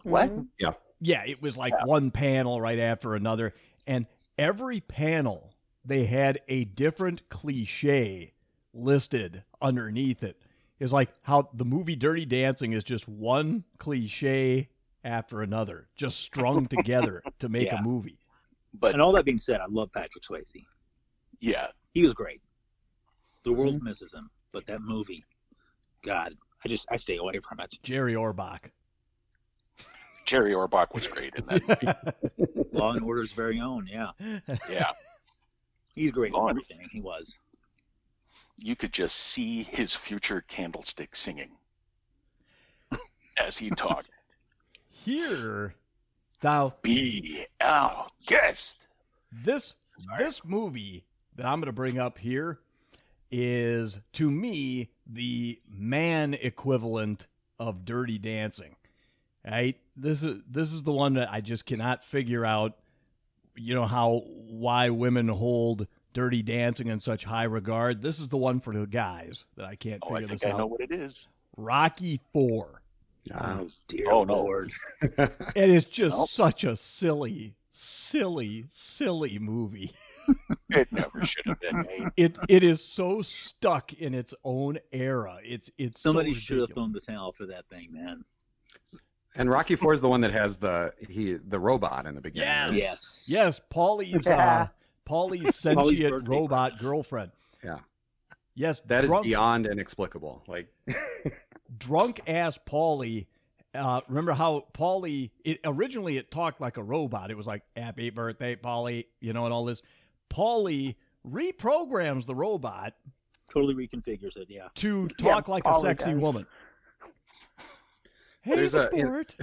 C: What? Yeah.
B: Yeah, it was like one panel right after another. And every panel, they had a different cliche listed underneath it. It's like how the movie Dirty Dancing is just one cliche after another, just strung together to make
J: Yeah.
B: a movie.
K: But
J: and all that being said, I love Patrick Swayze.
K: Yeah.
J: He was great. The world misses him, but that movie, God, I just I stay away from it.
B: Jerry Orbach.
K: Jerry Orbach was great in that.
J: Law and Order's very own, yeah.
K: yeah.
J: He's great in
K: Law and-
J: everything. He was.
K: You could just see his future candlestick singing as he talked.
B: Here, thou
K: be our guest.
B: This this movie that I'm going to bring up here is to me the man equivalent of Dirty Dancing. Right? This is this is the one that I just cannot figure out you know how why women hold Dirty Dancing in such high regard. This is the one for the guys that I can't
K: Oh,
B: figure
K: I think
B: this
K: I
B: out.
K: know what it is.
B: Rocky 4.
C: Uh,
J: Oh dear
K: Oh, no.
J: Lord.
B: It is just
K: Nope.
B: such a silly, silly, silly movie.
K: It never should have been made.
B: It it is so stuck in its own era. It's it's so
J: Somebody should have
B: ridiculous.
J: thrown the towel for that thing, man.
C: And Rocky Four is the one that has the he the robot in the beginning.
B: Yes.
C: right?
J: Yes.
B: Yes, Paulie's uh,
C: Yeah.
B: Paulie's
C: Paulie's
B: sentient
C: birthday
B: robot girlfriend.
C: Yeah.
B: Yes,
C: That is
B: drunk,
C: beyond inexplicable. Like
B: drunk ass Paulie. Uh, remember how Paulie? It, originally, it talked like a robot. It was like "Happy birthday, Paulie," you know, and all this. Paulie reprograms the robot
J: Totally reconfigures it. Yeah.
B: to talk like a
J: Paulie
B: sexy
J: does.
B: woman. Hey,
C: There's a- in-
B: sport.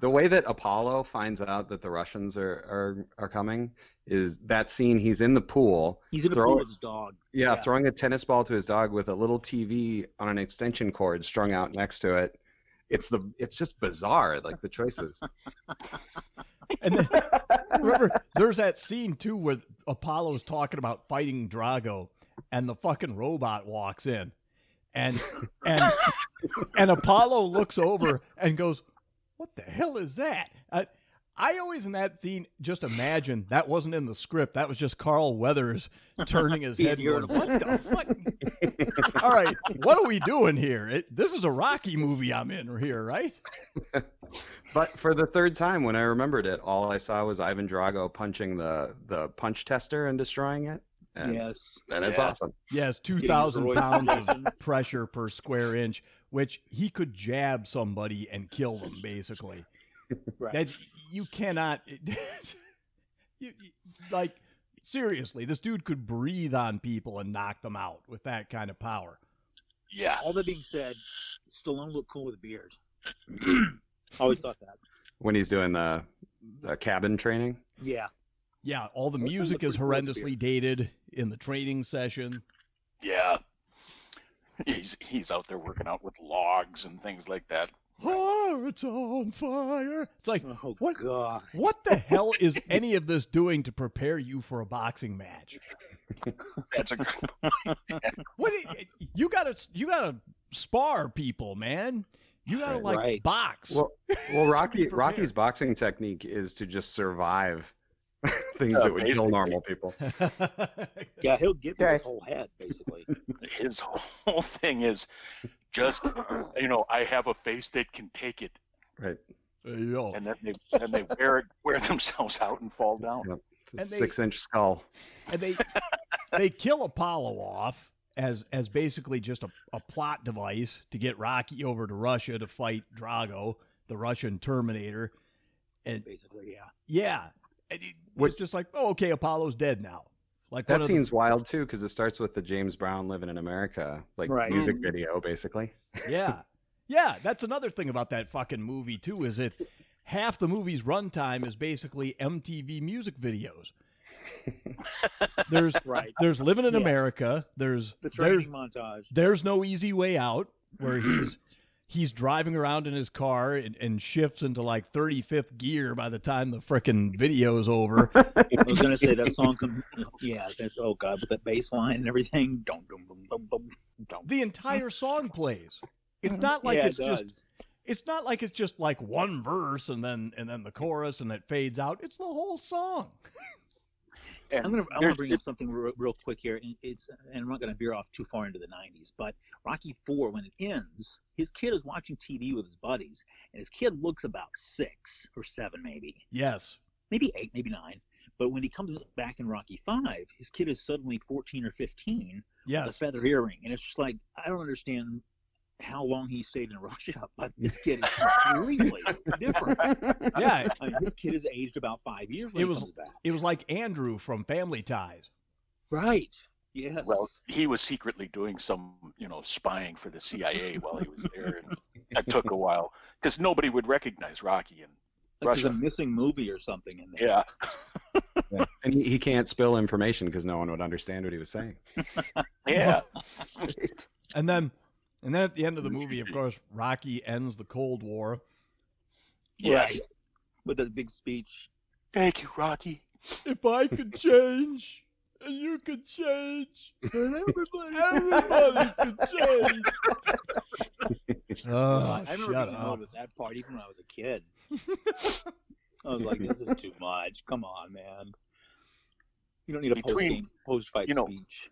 C: the way that Apollo finds out that the Russians are are, are coming is that scene. He's in the pool.
J: He's in a
C: throw-
J: pool with his dog.
C: Yeah, throwing a tennis ball to his dog with a little TV on an extension cord strung out next to it. It's the it's just bizarre, like the choices.
B: Remember, there's that scene too where Apollo's talking about fighting Drago, and the fucking robot walks in, and and and Apollo looks over and goes, "What the hell is that?" I, I always in that scene just imagine that wasn't in the script. That was just Carl Weathers turning his head. and Going, what the fuck? All right, what are we doing here? It, this is a Rocky movie I'm in here, right?
C: But for the third time, when I remembered it, all I saw was Ivan Drago punching the the punch tester and destroying it. And,
J: Yes.
C: and it's
J: Yeah.
C: awesome.
B: Yes, two
J: Getting
B: thousand
J: roid-
B: pounds of pressure per square inch, which he could jab somebody and kill them. Basically,
J: Right.
B: that's you cannot. you, you- like seriously, this dude could breathe on people and knock them out with that kind of power.
K: Yeah.
J: All that being said, Stallone looked cool with a beard. Always thought that.
C: When he's doing the the cabin training.
J: Yeah.
B: Yeah, all the
J: Those sound
B: music
J: like
B: is
J: pretty cool
B: horrendously dated in the training session.
K: Yeah. He's he's out there working out with logs and things like that.
B: Oh, it's on fire! It's like what?
J: Oh, God.
B: What the hell is any of this doing to prepare you for a boxing match?
K: That's a good
B: What i- you gotta you gotta spar people, man. You gotta like
K: Right.
B: box.
C: Well, well, Rocky
B: prepared.
C: Rocky's boxing technique is to just survive things
K: Yeah,
C: that would kill normal people.
J: Yeah, he'll give you his
L: Sure.
J: whole head, basically.
K: His whole thing is just you know I have a face that can take it,
C: Right.
B: There you go.
K: and then they then they wear it wear themselves out and fall down.
C: Yeah.
B: And they-
C: Six inch skull.
B: and they they kill Apollo off as as basically just a, a plot device to get Rocky over to Russia to fight Drago, the Russian Terminator. And
J: Basically, yeah.
B: yeah, and it was just like, oh, okay, Apollo's dead now. Like one
C: That
B: of the-
C: seems wild too, because it starts with the James Brown living in America, like
J: Right.
C: music video, basically.
B: Yeah. Yeah, that's another thing about that fucking movie too is it half the movie's runtime is basically MTV music videos. There's
J: Right.
B: there's Living in
J: Yeah.
B: America, there's
J: The
B: there's,
J: training montage.
B: there's no easy way out where he's he's driving around in his car and, and shifts into like 35th gear by the time the frickin' video's over.
J: I was gonna say that song. Come, yeah, that's oh god, with that bass line and everything. Dum dum dum dum dum dum.
B: the entire song plays. It's not like
J: Mm-hmm. yeah,
B: it's
J: it
B: just
J: does.
B: it's not like it's just like one verse and then and then the chorus and it fades out. It's the whole song.
K: And
J: I'm gonna I'm gonna
K: there's-
J: bring up something real, real quick here, and it's and I'm not gonna veer off too far into the '90s, but Rocky Four, when it ends, his kid is watching TV with his buddies, and his kid looks about six or seven, maybe,
B: Yes.
J: maybe eight, maybe nine. But when he comes back in Rocky Five, his kid is suddenly 14 or 15, with a
B: Yes.
J: feather earring, and it's just like I don't understand how long he stayed in Russia, but this kid is completely different.
B: Yeah.
J: I mean, this kid is aged about five years when
B: It
J: he
B: was-
J: comes back.
B: It was like Andrew from Family Ties.
J: Right. Yes.
K: Well, he was secretly doing some, you know, spying for the CIA while he was there, and that took a while because nobody would recognize Rocky. And
J: like there's a
K: Russia.
J: missing movie or something in there.
K: yeah,
C: And he, he can't spill information because no one would understand what he was saying.
K: yeah,
B: And then and then at the end of the movie, of course, Rocky ends the Cold War.
K: yes.
J: Right. With a big speech.
K: Thank you, Rocky.
B: If I could change and you could change,
J: And everybody.
B: everybody could change. oh,
J: I remember
B: shut
J: being in love
B: up.
J: with that part even when I was a kid. I was like, this is too much. Come on, man. You don't need a post
K: Between-
J: game, post fight
K: you know,
J: speech.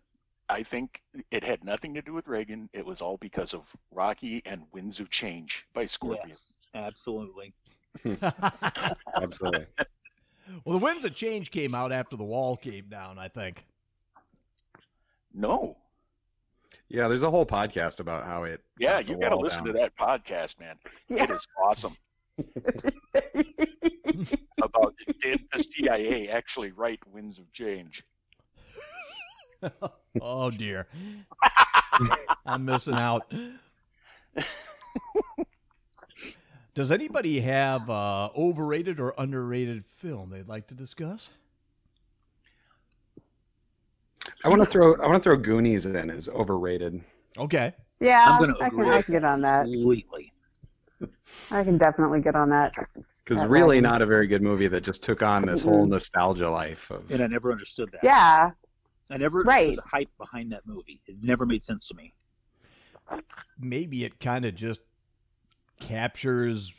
K: I think it had nothing to do with Reagan. It was all because of Rocky and Winds of Change by Scorpion.
J: absolutely.
C: Absolutely.
B: Well, the Winds of Change came out after the wall came down, I think.
K: No.
C: Yeah, there's a whole podcast about how it.
K: Yeah,
C: got the
K: you got to
C: wall
K: listen
C: down.
K: to that podcast, man. It
C: Yeah.
K: is awesome. About did the CIA actually write Winds of Change?
B: Oh dear, I'm missing out. Does anybody have uh, overrated or underrated film they'd like to discuss?
C: I want to throw. I want to throw Goonies in as overrated.
B: Okay.
A: Yeah,
C: I'm gonna
A: I can,
C: agree
A: I can get on that.
J: Completely.
A: I can definitely get on that.
C: Because
A: That
C: really,
A: wagon.
C: not a very good movie that just took on this whole
A: Mhm.
C: nostalgia life of.
J: And I never understood that.
A: Yeah.
J: I never
A: Right.
J: understood the hype behind that movie. It never made sense to me.
B: Maybe it kind of just captures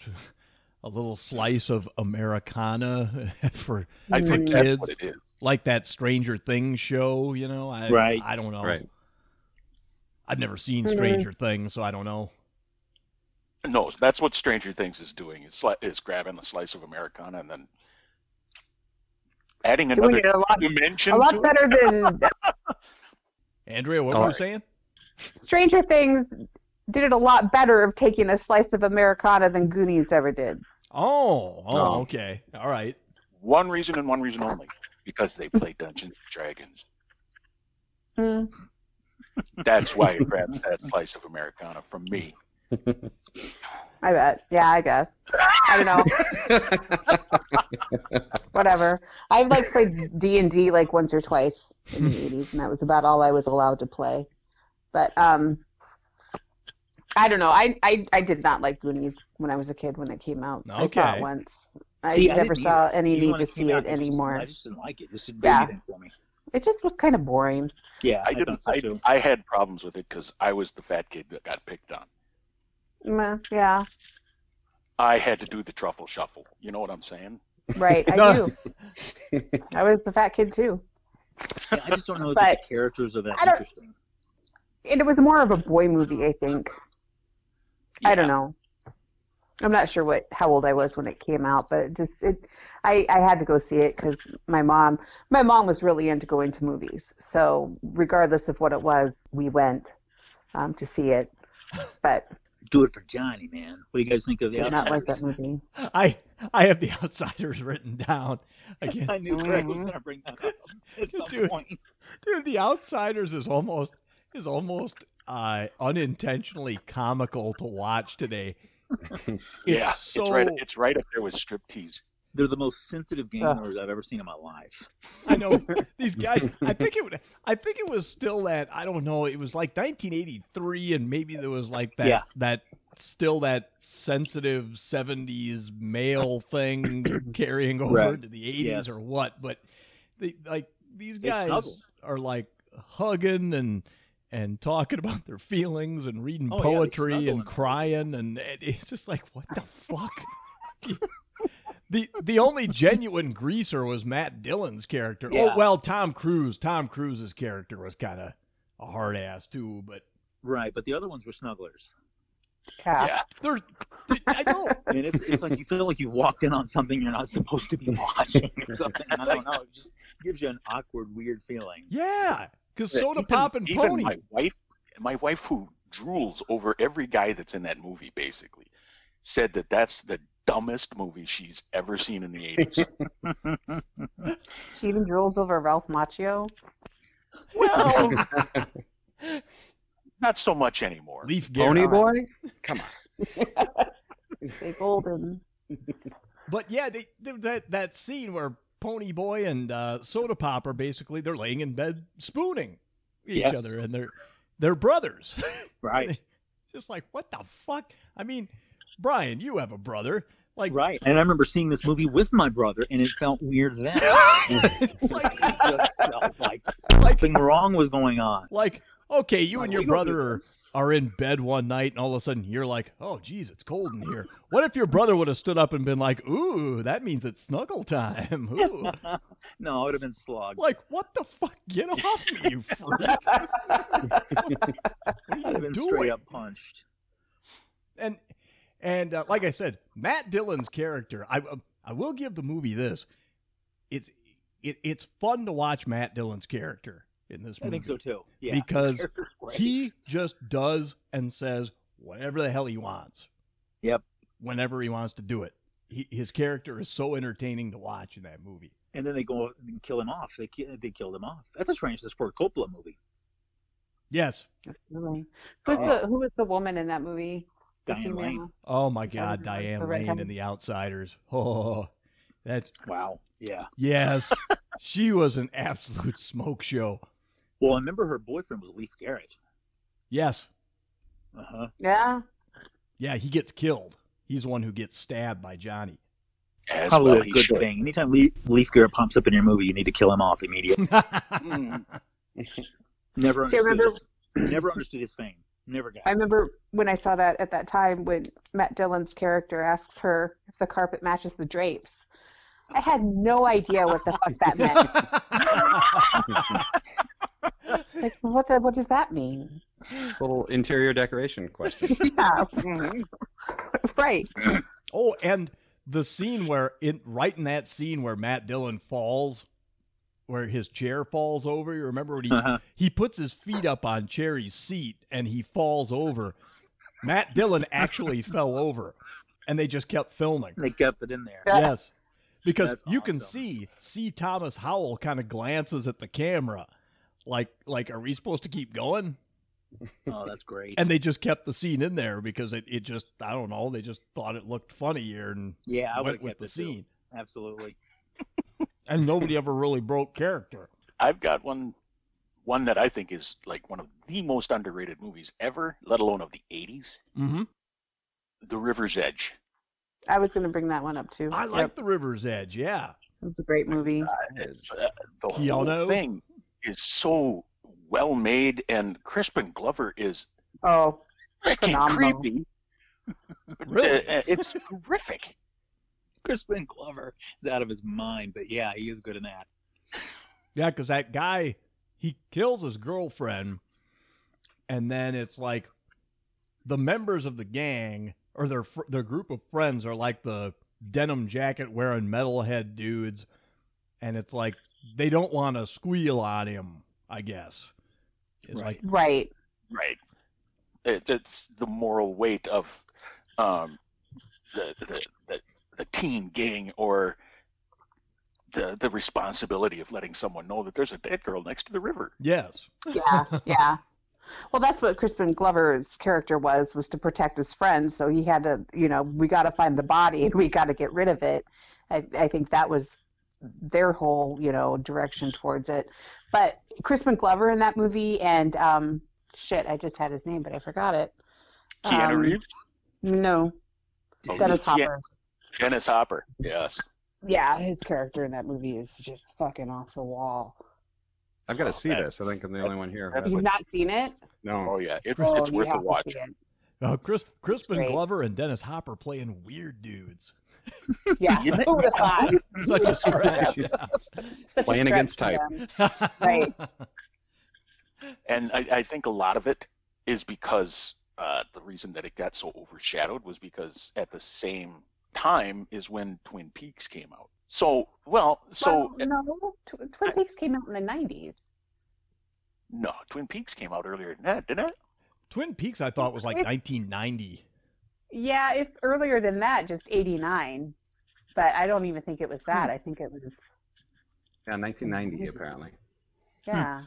B: a little slice of Americana for
K: I
B: for
K: think
B: kids,
K: that's what it is.
B: like that Stranger Things show. You know, I
J: Right.
B: I don't know.
J: Right.
B: I've never seen
K: Mhm.
B: Stranger Things, so I don't know.
K: No, that's what Stranger Things is doing. Is sli- is grabbing a slice of Americana and then adding
A: Doing
K: another
A: it a lot-
K: dimension.
A: A
K: to
A: lot
K: it.
A: better than
B: Andrea, what were
K: Sorry.
B: you saying?
A: Stranger Things did it a lot better of taking a slice of Americana than Goonies ever did.
B: Oh, oh,
K: No.
B: okay, all right.
K: One reason and one reason only, because they play Dungeons and Dragons. That's why it grabs that slice of Americana from me.
A: I bet. Yeah, I guess. I don't know. Whatever. I've like played D and D like once or twice in the eighties, and that was about all I was allowed to play. But um, I don't know. I, I I did not like Goonies when I was a kid when it came out. I saw
J: Okay.
A: it once. I
J: See, I
A: never
J: didn't
A: saw
J: either.
A: any
J: Even
A: need
J: when
A: to
J: it came
A: see
J: out,
A: it
J: I just-
A: anymore.
J: I just didn't like it. This didn't do
A: Yeah.
J: anything for me.
A: It just was kind of boring.
J: Yeah,
K: I, didn't. I, I had problems with it because I was the fat kid that got picked on.
A: Mm, Yeah,
K: I had to do the truffle shuffle. You know what I'm saying?
A: right. I
K: No.
A: do. I was the fat kid too.
J: Yeah, I just don't know that the characters are that
A: I don't-
J: interesting.
A: And it was more of a boy movie, I think. I don't know. I'm not sure what how old I was when it came out, but it just it, I I had to go see it because my mom my mom was really into going to movies. So regardless of what it was, we went um, to see it. But
J: Do it for Johnny, man. What do you guys think of the
A: did not like that
J: Outsiders?
A: movie.
B: I I have the outsiders written down. Again.
J: I knew
A: Oh,
J: Greg was going to bring that up at some
B: Dude.
J: point.
B: Dude, the outsiders is almost is almost uh, unintentionally comical to watch today. It's
K: yeah,
B: so
K: it's right. It's right up there with striptease.
J: They're the most sensitive game
B: Ugh.
J: owners I've ever seen in my life.
B: I know these guys. I think it. would- I think it was still that. I don't know. It was like 1983, and maybe there was like that.
J: Yeah.
B: That still that sensitive 70s male thing carrying over
J: Right.
B: to the 80s
J: Yes.
B: or what. But they like these
J: They
B: guys
J: snuggle.
B: are like hugging and and talking about their feelings and reading
J: Oh, yeah, they
B: poetry
J: snuggle
B: and
J: and
B: crying and it- it's just like what the fuck. The the only genuine greaser was Matt Dillon's character.
J: Yeah.
B: Oh well, Tom Cruise. Tom Cruise's character was kind of a hard ass too, but
J: Right, but the other ones were snugglers.
A: Yeah.
B: There's, I know.
J: And it's, it's like you feel like you walked in on something you're not supposed to be watching or something. I don't know. It just gives you an awkward, weird feeling.
B: Yeah, because
K: Yeah,
B: Soda
K: even-
B: Pop and
K: even
B: Pony.
K: My wife, my wife who drools over every guy that's in that movie, basically, said that that's the dumbest movie she's ever seen in the 80s.
A: She even drools over Ralph Macchio.
K: well, not so much anymore.
B: Leaf
C: Pony Boy. Come on.
A: Big golden.
B: But yeah, they, there was that that scene where Pony Boy and uh, Soda Pop are basically they're laying in bed spooning each
J: Yes.
B: other, and they're they're brothers.
J: Right.
B: just like what the fuck? I mean, Brian, you have a brother. Like
J: Right. And I remember seeing this movie with my brother, and it felt weird then.
B: it's like
J: Something wrong was going on.
B: like okay, you
M: Like,
B: and
M: we
B: your
M: don't do
B: brother are, are in bed one night, and all of a sudden you're like, oh, geez, it's cold in here. What if your brother would have stood up and been like, ooh, that means it's snuggle time? Ooh.
J: no, it would have been slog.
B: Like, what the fuck? Get off me, you freak.
J: I'd have been straight up punched.
B: And and uh, like I said, Matt Dillon's character, I uh, I will give the movie this. It's it, it's fun to watch Matt Dillon's character in this
J: I
B: movie.
J: think so, too. Yeah.
B: Because
J: Right.
B: he just does and says whatever the hell he wants.
J: Yep.
B: Whenever he wants to do it. He, his character is so entertaining to watch in that movie.
J: And then they go and kill him off. They ki- they killed him off. That's a strange. This Ford Coppola movie.
B: Yes.
A: Really? Who's
J: Uh,
A: the who was the woman in that movie? The
J: Diane
A: female?
J: Lane.
B: Oh my God,
A: Sounds like
B: Diane
A: the right
B: Lane
A: kind.
B: and the Outsiders. Oh, that's
J: wow. Yeah.
B: Yes, she was an absolute smoke show.
J: Well, I remember her boyfriend was Leaf Garrett.
B: Yes,
J: Uh huh.
A: Yeah.
B: yeah, he gets killed. He's the one who gets stabbed by Johnny.
K: As
J: Probably
K: well
J: a
K: he
J: good
K: should.
J: thing. Anytime Leaf, Leaf Garrett pops up in your movie, you need to kill him off immediately. Hmm. Never
A: See, I
J: understood.
A: remember-
J: his, never understood his fame. Never got.
A: I remember when I saw that at that time when Matt Dillon's character asks her if the carpet matches the drapes. I had no idea what the fuck that meant. like, what the, what does that mean?
C: Little interior decoration question.
A: Yeah. right.
B: Oh, and the scene where in right in that scene where Matt Dillon falls, where his chair falls over. You remember when he
J: Uh-huh.
B: he puts his feet up on Cherry's seat and he falls over. Matt Dillon actually fell over, and they just kept filming.
J: They kept it in there.
B: Yes. Because
J: That's
B: you can see see Thomas Howell kind of glances at the camera like like are we supposed to keep going?
J: Oh, that's great.
B: And they just kept the scene in there because it, it just I don't know, they just thought it looked funnier and
J: yeah, I would
B: went
J: have
B: with
J: kept
B: the
J: it too.
B: scene.
J: Absolutely.
B: And nobody ever really broke character.
K: I've got one one that I think is like one of the most underrated movies ever, let alone of the 80s,
B: Mm-hmm.
K: The River's Edge.
A: I was going to bring that one up too.
B: I like Oh The River's Edge, yeah.
A: It's a great movie.
K: Uh, the
B: Keanu?
K: whole thing is so well made, and Crispin Glover is
A: Oh,
K: freaking
A: phenomenal.
K: creepy.
B: Really?
K: Uh, uh, it's horrific.
J: Crispin Glover is out of his mind, but yeah, he is good in that.
B: Yeah, because that guy he kills his girlfriend, and then it's like the members of the gang or their fr- their group of friends are like the denim jacket wearing metalhead dudes, and it's like they don't want to squeal on him. I guess it's like
A: Right.
K: Right. It, it's the moral weight of um, the, the, the, the teen gang or the, the responsibility of letting someone know that there's a dead girl next to the river.
B: yes,
A: yeah, yeah. Well, that's what Crispin Glover's character was was to protect his friends. So he had to, you know, we got to find the body and we got to get rid of it. I, I think that was their whole, you know, direction towards it. But Crispin Glover in that movie and um, shit, I just had his name, but I forgot it.
K: Keanu
A: Um,
K: Reeves?
A: No,
K: Oh,
A: Dennis
K: Ke-
A: Hopper.
K: Dennis Hopper, yes.
A: Yeah, his character in that movie is just fucking off the wall.
C: I've got to see this. I think I'm the only one here. who
A: You've
C: hasn't.
A: not seen it?
C: No.
K: Oh yeah, it,
A: Oh,
K: it's
A: you
K: worth
A: have
K: a
A: to
K: watch.
A: see it.
B: uh, Chris Crispin
A: great.
B: Glover and Dennis Hopper playing weird dudes.
A: Yeah,
K: You know-
A: who would have thought?
B: Such a stretch. yes.
A: Such a
C: Playing
A: stretch
C: against
A: for
C: type.
A: them. Right.
K: And I, I think a lot of it is because uh, the reason that it got so overshadowed was because at the same time is when Twin Peaks came out. So well, so eh,
A: Well, no, Tw- Twin Peaks came out in the '90s.
K: no, Twin Peaks came out earlier than that, didn't it?
B: Twin Peaks, I thought was like 1990.
A: Yeah, it's earlier than that, just '89. But I don't even think it was that. I think it was
C: Yeah, 1990 apparently.
A: yeah.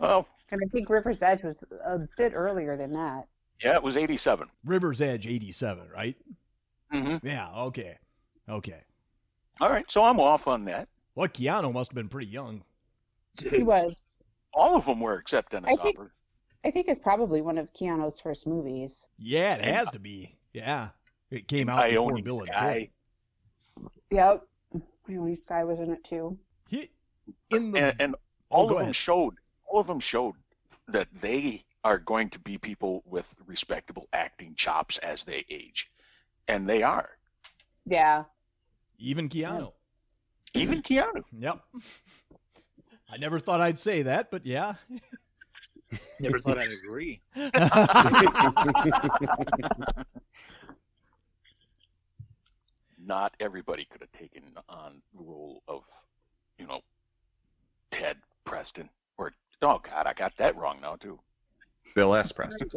K: Well,
A: And I think River's Edge was a bit earlier than that.
K: yeah, it was '87.
B: River's Edge 87, right?
K: Mm-hmm.
B: Yeah, okay. Okay.
K: All right, so I'm off on that.
B: Well, Keanu must have been pretty young.
A: He was.
K: All of them were except Dennis
A: I think-
K: Hopper.
A: I think it's probably one of Keanu's first movies.
B: Yeah, it
K: And-
B: has to be. Yeah. It came out before
K: Ione
B: Bill and
K: Sky.
B: Ted.
A: Yep. Ione Sky was in it too.
B: He, in the,
K: and, and
B: Oh, go
K: all of them
B: ahead.
K: showed all of them showed that they are going to be people with respectable acting chops as they age, and they are.
N: Yeah.
B: Even Keanu.
K: Even Keanu.
B: Yep. I never thought I'd say that, but yeah.
J: Never thought I'd agree.
K: Not everybody could have taken on the role of, you know, Ted Preston or oh god, I got that wrong now too.
C: Bill S. Preston.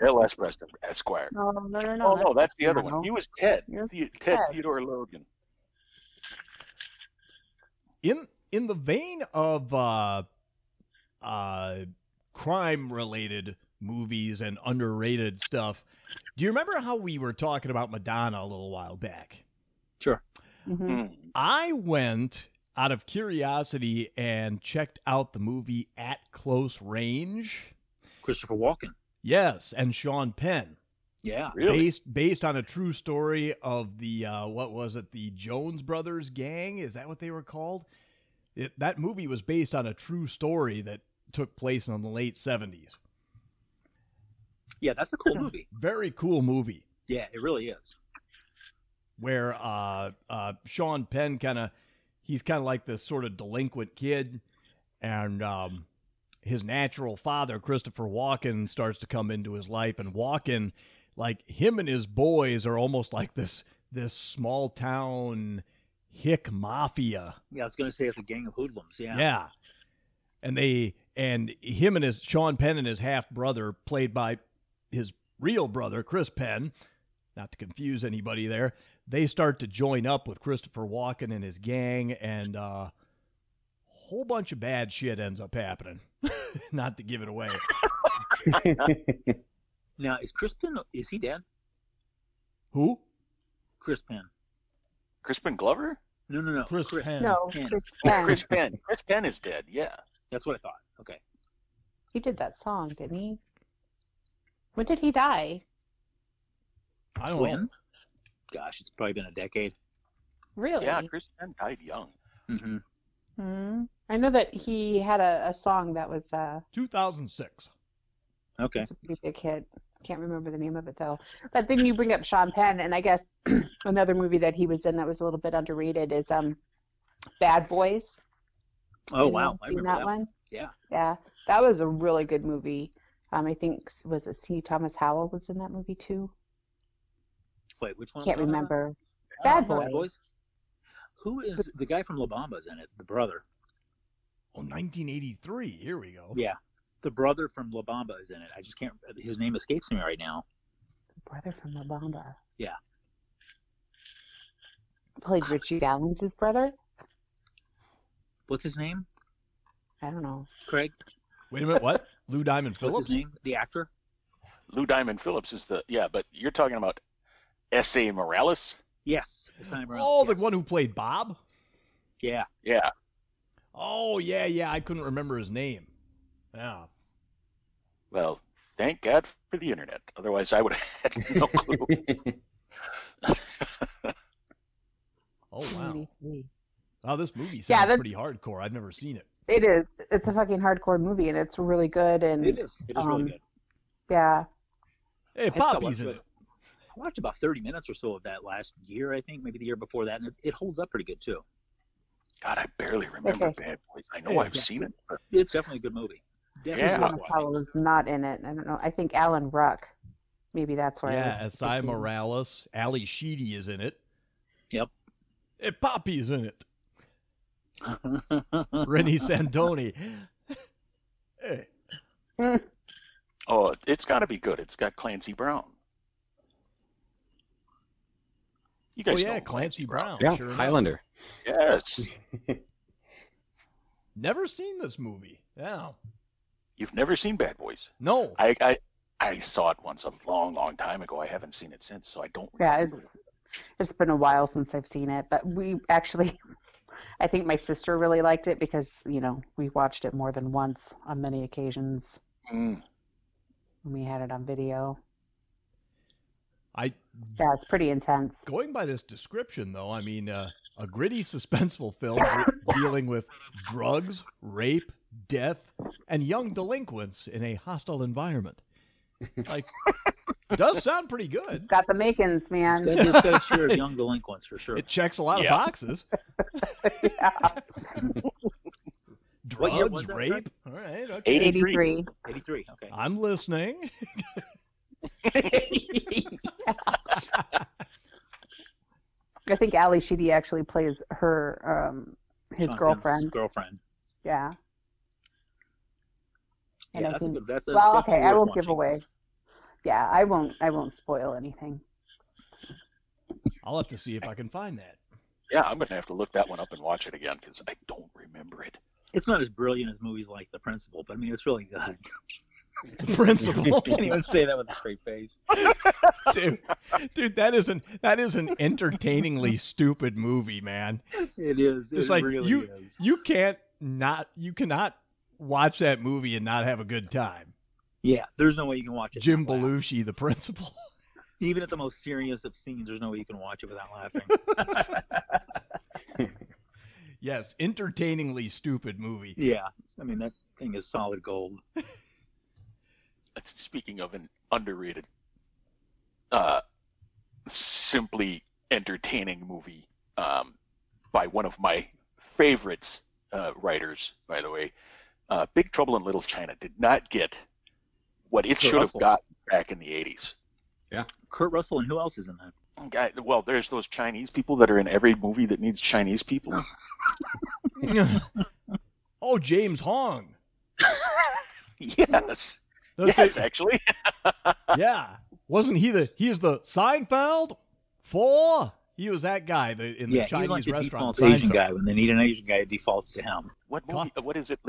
K: Bill S. Preston Esquire.
A: No, no, no, no.
K: Oh no, that's the other
A: no.
K: one. He was Ted.
A: You're
K: The-
A: Ted.
K: Ted Theodore Logan.
B: in in the vein of uh uh crime related movies and underrated stuff do you remember how we were talking about madonna a little while back
C: sure
A: Mm-hmm.
K: Hmm.
B: i went out of curiosity and checked out the movie at close range
J: Christopher Walken.
B: yes and sean penn
J: Yeah.
B: based based on a true story of the uh, what was it the Jones Brothers gang is that what they were called? It, that movie was based on a true story that took place in the late seventies.
J: Yeah, that's a cool movie.
B: Very cool movie
J: Yeah, it really is.
B: where uh, uh, Sean Penn kind of he's kind of like this sort of delinquent kid, and um, his natural father Christopher Walken starts to come into his life, and Walken, like him and his boys, are almost like this this small town hick mafia.
J: Yeah, I was going to say it's a gang of hoodlums. Yeah.
B: Yeah. And they and him and his Sean Penn and his half brother, played by his real brother, Chris Penn, not to confuse anybody there, they start to join up with Christopher Walken and his gang and uh whole bunch of bad shit ends up happening. not to give it away.
J: Now is Crispin? Is he dead?
B: Who?
J: Chris Penn.
K: Crispin Glover?
J: No, no, no. Chris,
B: Penn.
A: No,
J: Penn.
A: Chris
K: Oh,
A: Penn.
K: Chris Penn. Chris Penn is dead, yeah.
J: That's what I thought. Okay.
A: He did that song, didn't he? When did he die?
B: I don't
J: when? Gosh, it's probably been a decade.
A: Really?
K: Yeah, Chris Penn died young.
J: hmm
A: Hmm. I know that he had a, a song that was uh,
B: 2006.
J: Okay.
A: was a pretty big hit. Can't remember the name of it though. But then you bring up Sean Penn, and I guess another movie that he was in that was a little bit underrated is um, Bad Boys.
J: Oh
A: Anyone
J: wow, I
A: seen that,
J: remember that
A: one?
J: Yeah.
A: Yeah, that was a really good movie. Um, I think s- was it C. Thomas Howell was in that movie too.
J: Wait, which one?
A: Can't
J: was that?
A: remember.
J: Oh,
A: Bad
J: Bad
A: Boys.
J: Boys. Who is the guy from La Bamba's in it? The brother.
B: Oh, 1983. Here we go.
J: Yeah. The brother from La Bamba is in it. I just can't. His name escapes me right now.
A: Brother from La Bamba.
J: Yeah.
A: Played Richie Valens' brother.
J: What's his name?
A: I don't know.
J: Craig.
B: Wait a minute, what? Lou Diamond
J: What's
B: Phillips?
J: his name? The actor.
K: Lou Diamond Phillips is the yeah, but you're talking about S.A. Morales?
J: Yes. Simon Reynolds,
B: Oh, the
J: yes.
B: one who played Bob?
J: Yeah.
K: Yeah.
B: Oh, yeah, yeah, I couldn't remember his name. Yeah.
K: Well, thank God for the internet. Otherwise I would have had no clue.
B: Oh wow!
A: 83.
B: Wow, this movie sounds
A: Yeah, that's-
B: pretty hardcore. I've never seen it.
A: It is. It's a fucking hardcore movie, and it's really good. And
J: It is. It is really
A: um,
J: good.
A: yeah,
B: Hey,
J: think I
B: Poppy's
J: watched
B: in
J: it.
B: it.
J: I watched about 30 minutes or so of that last year, I think, maybe the year before that, and it, it holds up pretty good too.
K: God, I barely remember
A: Okay.
K: Bad Boys. I know
B: Yeah,
K: I've
J: yeah.
K: seen it. but
J: It's definitely a good movie. Definitely
K: Yeah.
J: worth
A: Thomas
J: watching.
A: Howell is not in it. I don't know. I think Alan Ruck. Maybe that's where. I was
B: Yeah, Si
A: thinking.
B: Morales, Ali Sheedy is in it.
J: Yep.
B: Hey, Poppy's in it. Rennie Santoni. Hey,
K: Oh, it's got to be good. It's got Clancy Brown. You
B: oh
K: guys
B: yeah,
K: know
B: Clancy Brown.
C: yeah,
B: sure enough.
C: Highlander.
K: Yes.
B: Never seen this movie. Yeah.
K: You've never seen Bad Boys.
B: No.
K: I, I I saw it once a long, long time ago. I haven't seen it since, so I don't.
A: Yeah,
K: remember.
A: it's it's been a while since I've seen it, but we actually, I think my sister really liked it because you know we watched it more than once on many occasions
K: Mm.
A: when we had it on video.
B: I
A: Yeah, it's pretty intense.
B: going by this description though. I mean, uh, a gritty, suspenseful film re- dealing with drugs, rape, death, and young delinquents in a hostile environment. Like, does sound pretty good.
L: It's got the makings, man.
J: It's got, it's got a share of young delinquents for sure.
B: It checks a lot
J: Yeah.
B: of boxes.
J: What year
B: Drugs,
J: was that,
B: rape.
J: Fred?
B: All right. Okay.
J: 83. 83, okay.
B: I'm listening.
L: I think Ali Sheedy actually plays her um his
J: Sean Penn's
L: girlfriend.
J: Girlfriend.
L: Yeah.
J: Yeah,
L: And I
J: that's a
L: think-
J: good- that's a-
L: well,
J: that's
L: okay, I
J: worth
L: won't give
J: watching.
L: away. Yeah, I won't. I won't spoil anything.
B: I'll have to see if I can find that.
K: Yeah, I'm gonna have to look that one up and watch it again because I don't remember it.
J: It's not as brilliant as movies like The Principal, but I mean, it's really good.
B: The Principal?
J: Can't even say that with a straight face.
B: dude, dude, that is an that is an entertainingly stupid movie, man.
J: It is.
B: It's
J: It
B: like
J: really
B: you
J: is.
B: you can't not you cannot watch that movie and not have a good time.
J: Yeah, there's no way you can watch it.
B: Jim Belushi, the principal.
J: Even at the most serious of scenes, there's no way you can watch it without laughing.
B: Yes, entertainingly stupid movie.
J: yeah, I mean, that thing is solid gold.
K: That's- Speaking of an underrated, uh, simply entertaining movie um, by one of my favorites, uh, writers, by the way, uh, Big Trouble in Little China did not get what it
J: Kurt
K: should have
J: Russell.
K: gotten back in the 80s.
C: Yeah.
J: Kurt Russell and who else is in that?
K: Guy, well, there's those Chinese people that are in every movie that needs Chinese people.
B: oh, James Hong.
K: yes.
B: Let's
K: yes,
B: see.
K: actually.
B: yeah, wasn't he the he is the Seinfeld four? He was that guy the, in the
J: yeah,
B: Chinese
J: he's like the
B: restaurant.
J: default Asian
B: Seinfeld.
J: guy. When they need an Asian guy, it defaults to him.
K: What movie? What is it?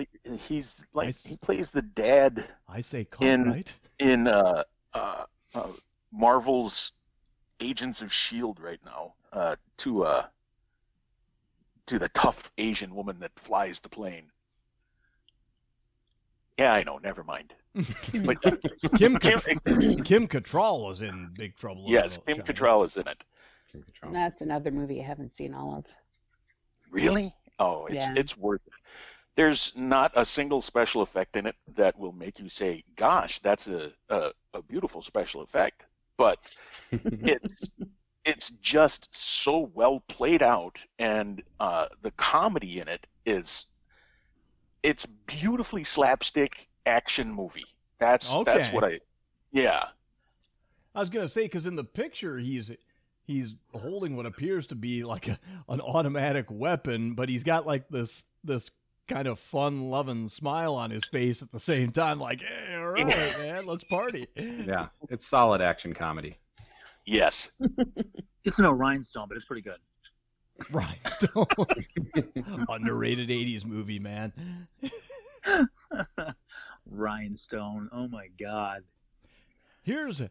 K: He's like he plays the dad
B: I say Kong,
K: in
B: right?
K: in uh, uh, uh, Marvel's Agents of Shield E right now uh, to uh, to the tough Asian woman that flies the plane. Yeah, I know. Never mind. But
B: Kim Cat- Kim Cattrall was in Big Trouble. in
K: yes,
B: Little
K: Kim
B: China.
K: Cattrall is in it.
C: Oh.
O: That's another movie I haven't seen all of.
K: Really? Oh, it's
O: Yeah.
K: it's worth it. There's not a single special effect in it that will make you say, "Gosh, that's a a, a beautiful special effect." But it's it's just so well played out, and uh, the comedy in it is it's beautifully slapstick action movie. That's that's
B: Okay.
K: what I yeah.
B: I was gonna say because in the picture he's he's holding what appears to be like a, an automatic weapon, but he's got like this this kind of fun loving smile on his face at the same time, like, hey, all right, man, let's party.
C: Yeah, it's solid action comedy.
K: Yes.
J: It's no rhinestone, but it's pretty good.
B: Rhinestone,
C: Uh,
B: underrated '80s movie, man.
J: Rhinestone. Oh my god.
B: Here's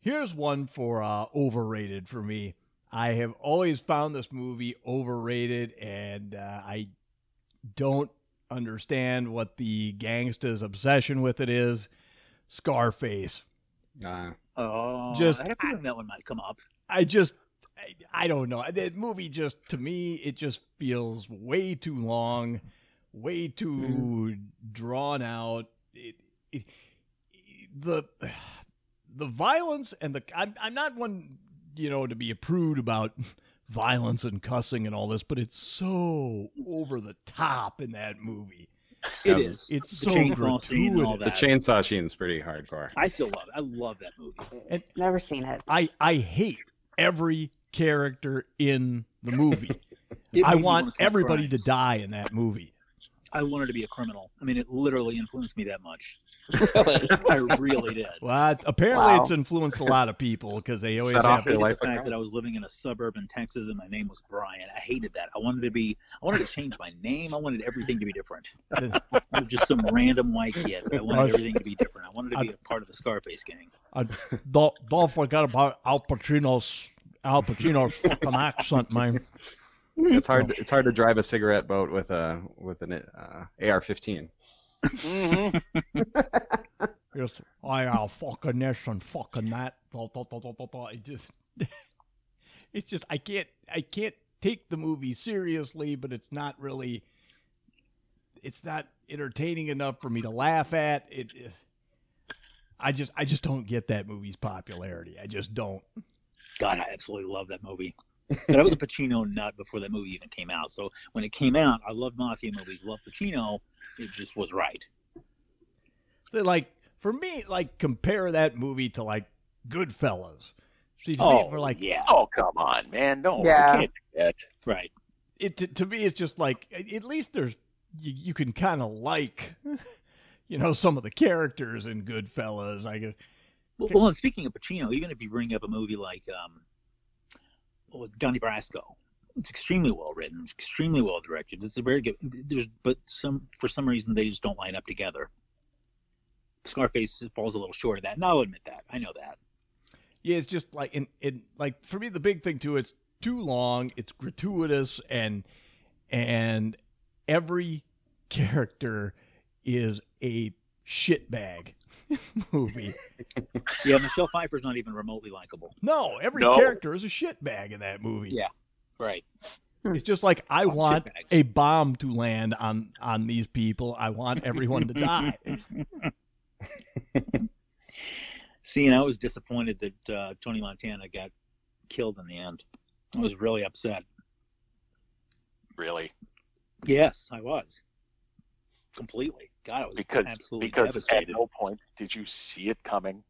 B: here's one for uh, overrated for me. I have always found this movie overrated, and uh, I don't understand what the gangsta's obsession with it is. Scarface.
C: um,
J: Oh,
B: Just-
J: I had a feeling that one might come up.
B: I just I, I don't know. That movie just to me it just feels way too long, way too
J: Mm-hmm.
B: drawn out. It, it, the the violence and the I'm I'm not one you know to be a prude about violence and cussing and all this, but it's so over the top in that movie.
J: It
C: Um,
J: is.
B: It's
J: The
B: so
J: chainsaw scene and all
B: gratuitous.
C: The chainsaw scene's pretty hardcore.
J: I still love it. I love that movie.
L: Never seen it.
B: I I hate every character in the movie.
J: It
B: I
J: made me wanna
B: want
J: commit
B: everybody to die in that movie.
J: I wanted to be a criminal. I mean, it literally influenced me that much. I really did.
B: Well, it- apparently
J: Wow.
B: it's influenced a lot of people because they always
J: I
B: have
J: hated the fact that I was living in a suburb in Texas and my name was Brian. I hated that. I wanted to be. I wanted to change my name. I wanted everything to be different. I was just some random white kid. I wanted everything to be different. I wanted to be a part of the Scarface gang.
B: I don't, don't forget about Al Pacino's Al Pacino's fucking accent, man.
C: It's hard. It's hard to drive a cigarette boat with a with an uh, AR-15.
K: Mm-hmm.
B: Yes, I uh, fucking this and fucking that. Da, da, da, da, da, da. It just, it's just I can't I can't take the movie seriously, but it's not really. it's not entertaining enough for me to laugh at. It, I just I just don't get that movie's popularity. I just don't.
J: God, I absolutely love that movie. But I was a Pacino nut before that movie even came out. So when it came out, I loved mafia movies, loved Pacino. It just was right.
B: So like for me, like compare that movie to like Goodfellas. She's
K: Oh,
B: we're like
K: yeah. Oh, come on, man. No, we
B: Yeah.
K: can't do that.
J: Right.
B: It to, to me it's just like a- at least there's you, you can kind of like you know some of the characters in Goodfellas. I guess
J: Well, well, and speaking of Pacino, even if you bring up a movie like um, what was it, Donnie Brasco, it's extremely well written, it's extremely well directed. It's a very good. There's, but some for some reason they just don't line up together. Scarface falls a little short of that, and I'll admit that. I know that.
B: yeah, it's just like and it like for me the big thing too. It's too long. It's gratuitous and and every character is a shitbag movie.
J: Yeah, Michelle Pfeiffer's not even remotely likable.
B: No, every
J: No.
B: character is a shitbag in that movie.
J: Yeah, right.
B: It's just like I want
J: shitbags.
B: a bomb to land on on these people. I want everyone to die.
J: See, and I was disappointed that uh, Tony Montana got killed in the end. I was really upset.
K: Really?
J: Yes, I was. Completely. God, I was
K: Because
J: absolutely
K: because
J: devastated.
K: at no point did you see it coming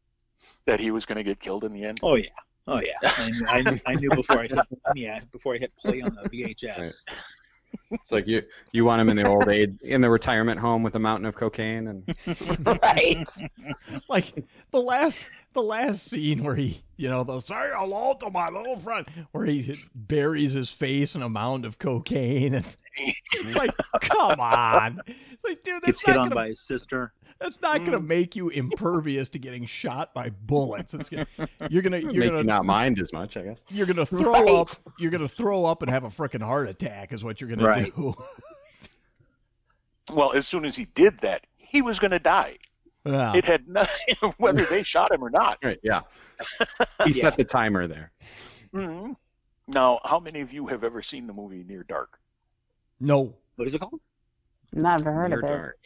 K: that he was going to get killed in the end.
J: Oh yeah, oh yeah. I, knew- I, knew- I knew before I hit, yeah before I hit play on the VHS.
C: It's like you you want him in the old age in the retirement home with a mountain of cocaine and
J: right.
B: like the last the last scene where he, you know, the say hello to my little friend, where he hit- buries his face in a mound of cocaine, and it's like, come on, It's like dude, that's
J: Gets hit
B: not
J: on
B: gonna,
J: by his sister.
B: that's not gonna make you impervious to getting shot by bullets. It's gonna, you're gonna you're
C: make you
B: gonna
C: not mind as much, I guess.
B: you're gonna throw
C: Right.
B: up you're gonna throw up and have a freaking heart attack is what you're gonna
K: Right.
B: do.
K: Well, as soon as he did that, he was going to die.
B: Yeah.
K: It had nothing whether they shot him or not.
C: Right, yeah. He
K: Yeah.
C: set the timer there.
K: hmm Now, how many of you have ever seen the movie Near Dark?
B: No.
J: What is it called?
P: Never heard
K: Near
P: of it.
K: Dark.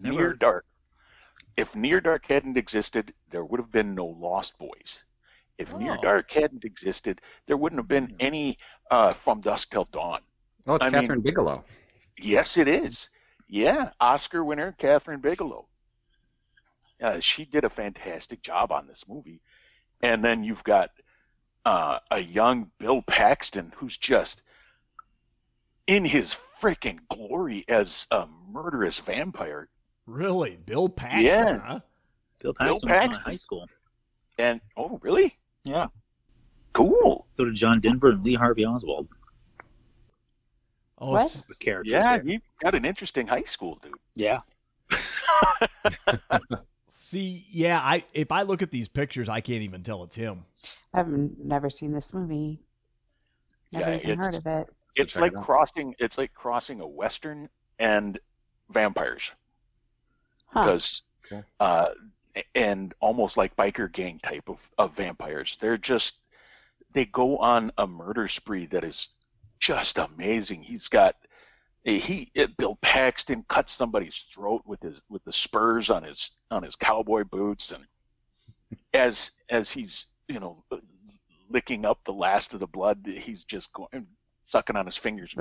K: Near Dark. If Near Dark hadn't existed, there would have been no Lost Boys. If Near
J: Oh.
K: Dark hadn't existed, there wouldn't have been any uh, From Dusk Till Dawn.
C: Oh, it's
K: I mean-
C: Catherine Bigelow.
K: Yes, it is. Yeah, Oscar winner Catherine Bigelow. Uh, she did a fantastic job on this movie. And then you've got uh, a young Bill Paxton who's just in his freaking glory as a murderous vampire.
B: Really, Bill Paxton?
K: Yeah.
B: Huh?
J: Bill
K: Paxton
J: Paxton was
K: was on in
J: in high school.
K: And oh, really?
J: Yeah.
K: Cool.
J: So did John Denver and Lee Harvey Oswald.
B: Oh,
J: What? it's- the characters
K: Yeah,
J: there.
K: you've got an interesting high school dude.
J: Yeah.
B: See, yeah, I if I look at these pictures, I can't even tell it's him.
A: I've never seen this movie. Never
K: Yeah,
A: even
K: it's-
A: heard of it.
K: It's
A: Check
K: like
A: it out.
K: crossing. It's like crossing a western and vampires.
A: Huh.
K: because uh, and almost like biker gang type of, of vampires. They're just they go on a murder spree that is just amazing. He's got he Bill Paxton cuts somebody's throat with his with the spurs on his on his cowboy boots and as as he's you know licking up the last of the blood he's just going sucking on his fingers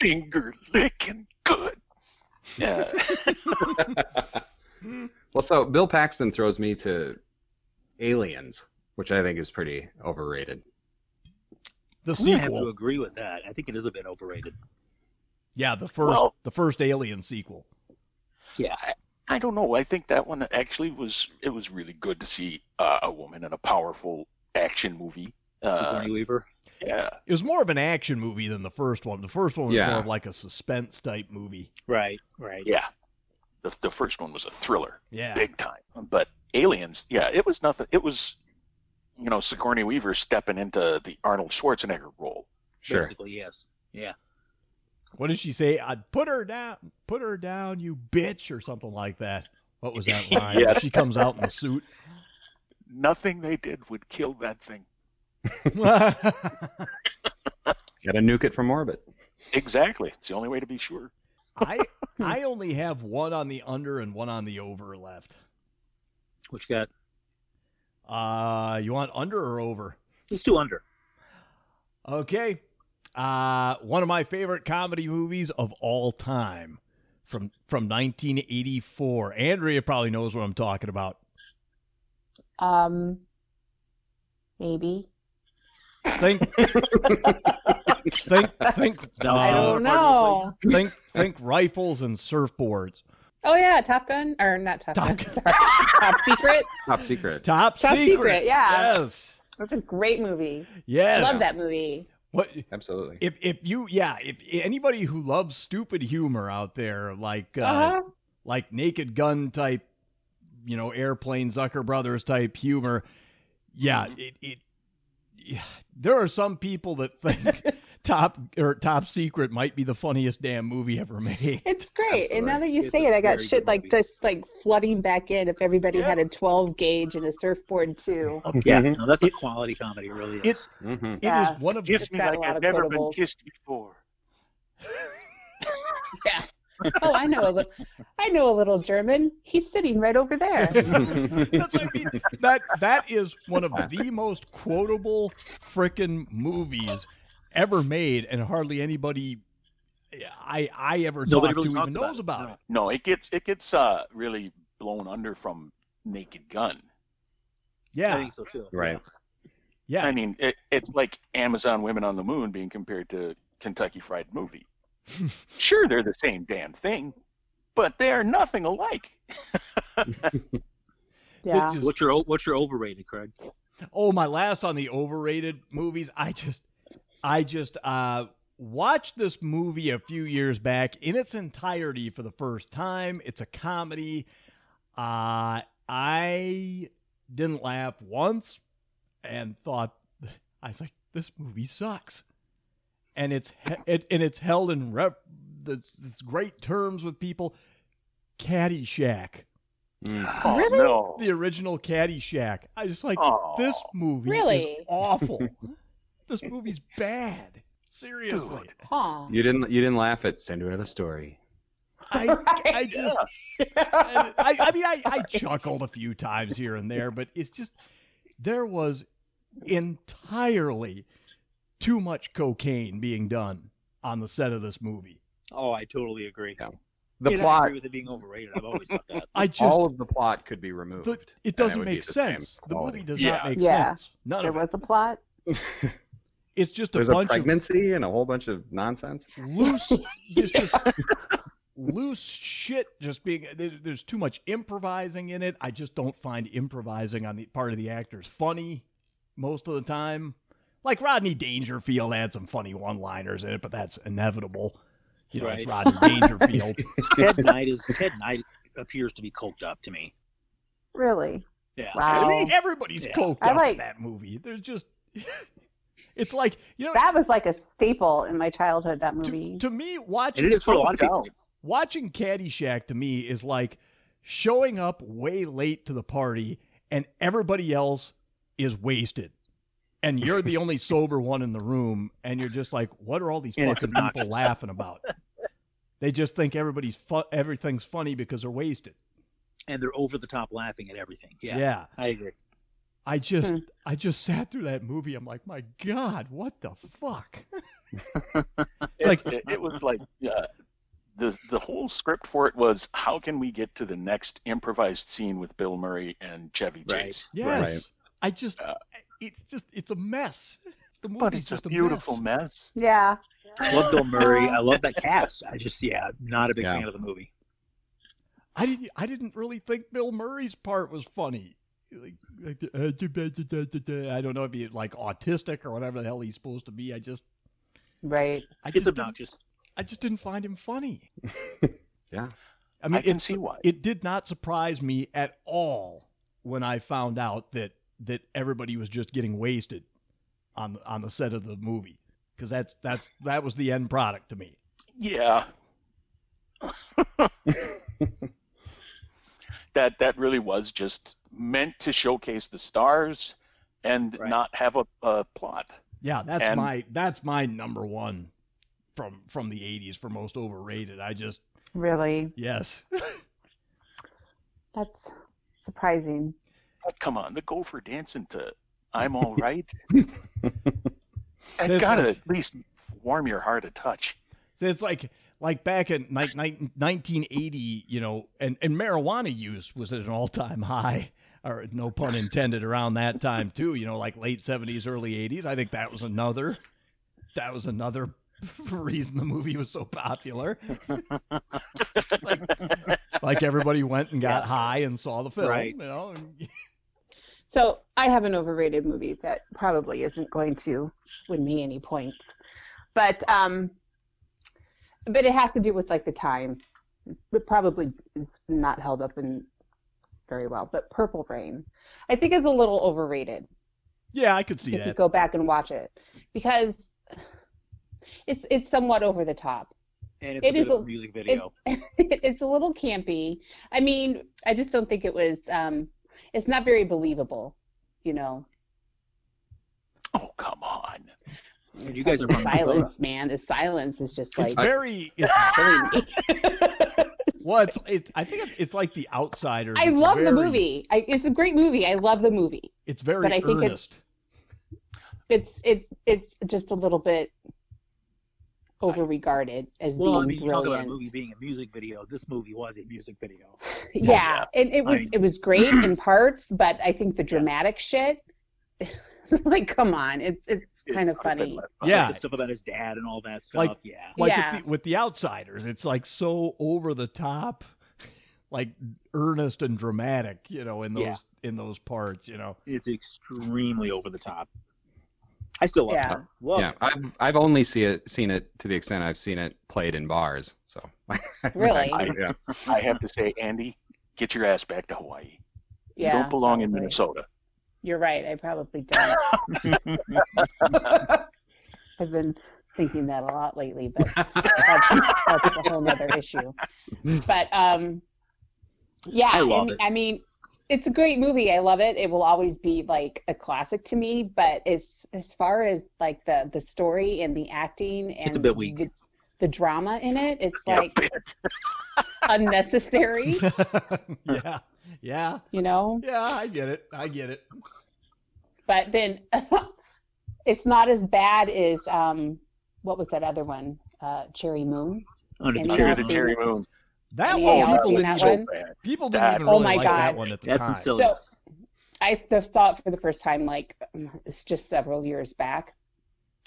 K: finger licking good yeah
C: Well, so Bill Paxton throws me to Aliens, which I think is pretty overrated.
B: The
J: I'm gonna have
B: sequel.
J: to agree with that. I think it is a bit overrated.
B: Yeah, the first
K: Well-
B: the first Alien sequel.
J: Yeah.
K: I, I don't know. I think that one actually was it was really good to see uh, a woman in a powerful action movie. Uh,
J: Sigourney Weaver.
K: Yeah.
B: It was more of an action movie than the first one. The first one was
K: Yeah.
B: more of like a suspense type movie.
J: Right. Right.
K: Yeah. The the first one was a thriller.
B: Yeah.
K: Big time. But Aliens, yeah, it was nothing. It was, you know, Sigourney Weaver stepping into the Arnold Schwarzenegger role.
B: Sure.
J: Basically, yes. Yeah.
B: What did she say? I'd put her down, put her down, you bitch, or something like that. What was that line?
K: Yes.
B: She comes out in a suit.
K: Nothing they did would kill that thing.
C: Got to nuke it from orbit.
K: Exactly. It's the only way to be sure.
B: I
A: Hmm.
B: I only have one on the under and one on the over left.
J: Which got?
B: Uh, you want under or over?
J: Let's do under.
B: Okay. Uh, one of my favorite comedy movies of all time from from 1984. Andrea probably knows what I'm talking about.
Q: Um, maybe.
B: Think think think uh,
Q: I don't know.
B: Think think rifles and surfboards.
A: Oh yeah, Top Gun or not Top, Gun? Sorry, Top Secret.
C: Top secret.
B: Top,
A: Top Secret. Yeah,
B: Yes.
A: that's a great movie.
B: Yes.
A: love that movie.
B: What
C: Absolutely.
B: if if you yeah, if anybody who loves stupid humor out there like uh,
A: Uh-huh.
B: like Naked Gun type, you know, airplane Zucker Brothers type humor, yeah,
A: Mm-hmm.
B: it, it yeah, there are some people that think Top or Top Secret might be the funniest damn movie ever made.
A: It's great. And now that you
B: It's
A: say
B: a
A: it, I got
B: very
A: shit
B: good
A: like
B: movie.
A: just like flooding back in. If everybody had a 12 gauge and a surfboard too.
J: Yeah, no, that's a quality comedy, it really is.
C: Mm-hmm.
B: It is one of
K: Kiss
A: It's
K: me
A: got a
K: like
A: lot
K: I've
A: of
K: never been
A: quotables.
K: kissed before.
A: Yeah. Oh, I know a little. I know a little German. He's sitting right over there.
C: Mm-hmm.
B: That's what I mean. That that is one of the most quotable frickin' movies ever made, and hardly anybody eh, I I ever
J: Nobody
B: talked
J: really
B: to
J: talks
B: even knows
J: about
B: about
J: it.
B: it.
K: No, it gets it gets uh really blown under from Naked Gun.
B: Yeah,
J: I think so too.
C: Right.
B: yeah.
K: I mean, it, it's like Amazon Women on the Moon being compared to Kentucky Fried Movie. sure, they're the same damn thing, but they are nothing alike.
Q: Yeah.
J: So what's your o- what's your overrated, Craig?
B: Oh, my last on the overrated movies. I just, I just uh, watched this movie a few years back in its entirety for the first time. It's a comedy. Uh, I didn't laugh once and thought, I was like, this movie sucks. And it's he- it, and it's held in rep, this, this great terms with people. Caddyshack,
C: Mm.
K: Oh
A: Really?
K: no!
B: the original Caddyshack. I just like
K: Oh.
B: this movie is
A: Really?
B: awful. this movie's bad. Seriously.
A: Huh.
C: You didn't you didn't laugh at Cinderella story.
B: I, I just, I, I mean, I, I chuckled a few times here and there, but it's just, there was entirely too much cocaine being done on the set of this movie.
J: Oh, I totally agree.
C: Yeah. The
J: You know, I
C: plot
J: agree with it being overrated. I've always thought that.
B: I just,
C: all of the plot could be removed.
B: the,
C: and
B: it doesn't
C: would be
B: make
C: the same
B: sense. The
C: quality.
B: movie does
K: Yeah.
B: not make
Q: Yeah.
B: sense. None
Q: There
B: of it.
Q: was a plot.
B: It's just a
C: There's a
B: bunch of
C: pregnancy and a whole bunch of nonsense.
B: loose just, just loose shit just being there, there's too much improvising in it i just don't find improvising on the part of the actors funny most of the time like rodney dangerfield had some funny one liners in it but that's inevitable you know it's
J: Right.
B: rodney dangerfield
J: Ted Knight is Ted Knight appears to be coked up to me.
Q: Really?
J: Yeah.
Q: Wow.
B: everybody's
J: Yeah.
B: coked
Q: I
B: up
Q: like-
B: in that movie there's just it's like you know
Q: That was like a staple in my childhood. That movie.
B: to, to me
J: And
B: watching
J: it is for a lot of people.
B: watching Caddyshack to me is like showing up way late to the party and everybody else is wasted. And you're the only sober one in the room, and you're just like, what are all these
J: And it's
B: fucking people
J: obnoxious.
B: laughing about? They just think everybody's fu- everything's funny because they're wasted.
J: And they're over the top laughing at everything. Yeah. I agree.
B: I just
Q: Hmm.
B: I just sat through that movie. I'm like, my God, what the fuck?
K: It,
B: like-
K: it, it was like uh, the the whole script for it was how can we get to the next improvised scene with Bill Murray and Chevy
J: Right.
K: Chase?
B: Yes.
C: Right.
B: I just
K: Uh,
B: it's just it's a mess. The movie's
K: But it's
B: just
K: a beautiful
B: mess.
K: mess.
Q: yeah.
J: I love Bill Murray. I love that cast. I just yeah, not a big
C: Yeah.
J: fan of the movie.
B: I didn't. I didn't really think Bill Murray's part was funny. Like, like the, uh, da- da- da- da- da- da. I don't know if he's like autistic or whatever the hell he's supposed to be. I just,
Q: Right.
B: I just,
J: It's
B: didn't,
J: obnoxious.
B: I just didn't find him funny.
C: Yeah.
B: I mean,
K: I can
B: it's-
K: see why.
B: It did not surprise me at all when I found out that that everybody was just getting wasted on on the set of the movie because that's that's that was the end product to me.
K: Yeah. that that really was just meant to showcase the stars and
J: Right.
K: not have a, a plot.
B: Yeah, that's
K: And-
B: my that's my number one from from the '80s for most overrated. I just
R: Really?
B: Yes.
R: That's surprising.
K: Oh, come on, the gopher dancing to I'm all right. I
B: That's
K: gotta
B: right.
K: at least warm your heart a touch.
B: So it's like like back in like nine- 1980, you know, and, and marijuana use was at an all time high, or no pun intended, around that time too. You know, like late 70s, early 80s. I think that was another that was another reason the movie was so popular.
K: Oh,
B: like, like everybody went and got high and saw the film.
A: Right.
B: You know, and-
A: So I have an overrated movie that probably isn't going to win me any points, but um, but it has to do with like the time. It probably is not held up in very well. But Purple Rain, I think, is a little overrated.
B: yeah, I could see
A: if you
B: that.
A: go back and watch it because it's it's somewhat over the top.
J: And
A: it's a It is bit of a a-
J: music
A: video. it's a little campy. I mean, I just don't think it was. Um, it's not very believable, you know.
K: Oh come on!
J: you guys are
A: the
J: from Minnesota.
A: silence, man. The silence is just like
B: It's very it's
A: very.
B: well, it's, it's I think it's, it's like The Outsiders.
A: I
B: It's
A: love the
B: very-
A: movie. I, it's a great movie. I love the movie.
B: It's very
A: But I think it's-
B: earnest.
A: It's it's it's just a little bit over regarded as
J: Well, I
A: being
J: mean, you talk
A: brilliant.
J: about a movie being a music video. This movie was a music video.
A: yeah, and it was
J: I-
A: it was great in parts, but I think the dramatic shit. it's like, come on, it's it's kind of funny.
B: Yeah.
J: the stuff about his dad and all that stuff.
B: like
J: yeah,
B: like
A: Yeah.
B: With, the, with the outsiders it's like so over the top like earnest and dramatic you know in those
J: Yeah.
B: in those parts you know
J: it's extremely over the top. I still love
A: Yeah.
J: it. Love
C: yeah,
J: it.
C: I've I've only see it, seen it to the extent I've seen it played in bars. So
A: Really?
C: I, yeah.
K: I have to say, Andy, get your ass back to Hawaii.
A: Yeah,
K: you don't belong in
A: probably.
K: Minnesota.
A: You're right. I probably don't. I've been thinking that a lot lately, but that's, that's a whole other issue. But um, yeah,
J: I love
A: and,
J: it.
A: I mean, it's a great movie. I love it. It will always be like a classic to me. But as as far as like the the story and the acting and
J: It's a bit weak.
A: The, the drama in it, it's
J: Yeah,
A: like unnecessary.
B: yeah yeah
A: You know.
B: yeah i get it i get it
A: but then it's not as bad as um what was that other one uh cherry moon
J: Under
A: And
J: Oh, the
A: we
J: Cherry
A: all seen
J: Moon.
A: it.
B: that
A: Yeah,
B: one
A: y'all
B: people
A: seen
B: didn't,
A: that
B: so
A: one?
K: Oh, bad.
B: people didn't
K: That-
B: even
A: Oh
B: really
A: my
B: like
A: God.
B: that one at the
J: That's
B: time
J: some
A: so
J: silliness.
A: i th- saw it for the first time like mm, it's just several years back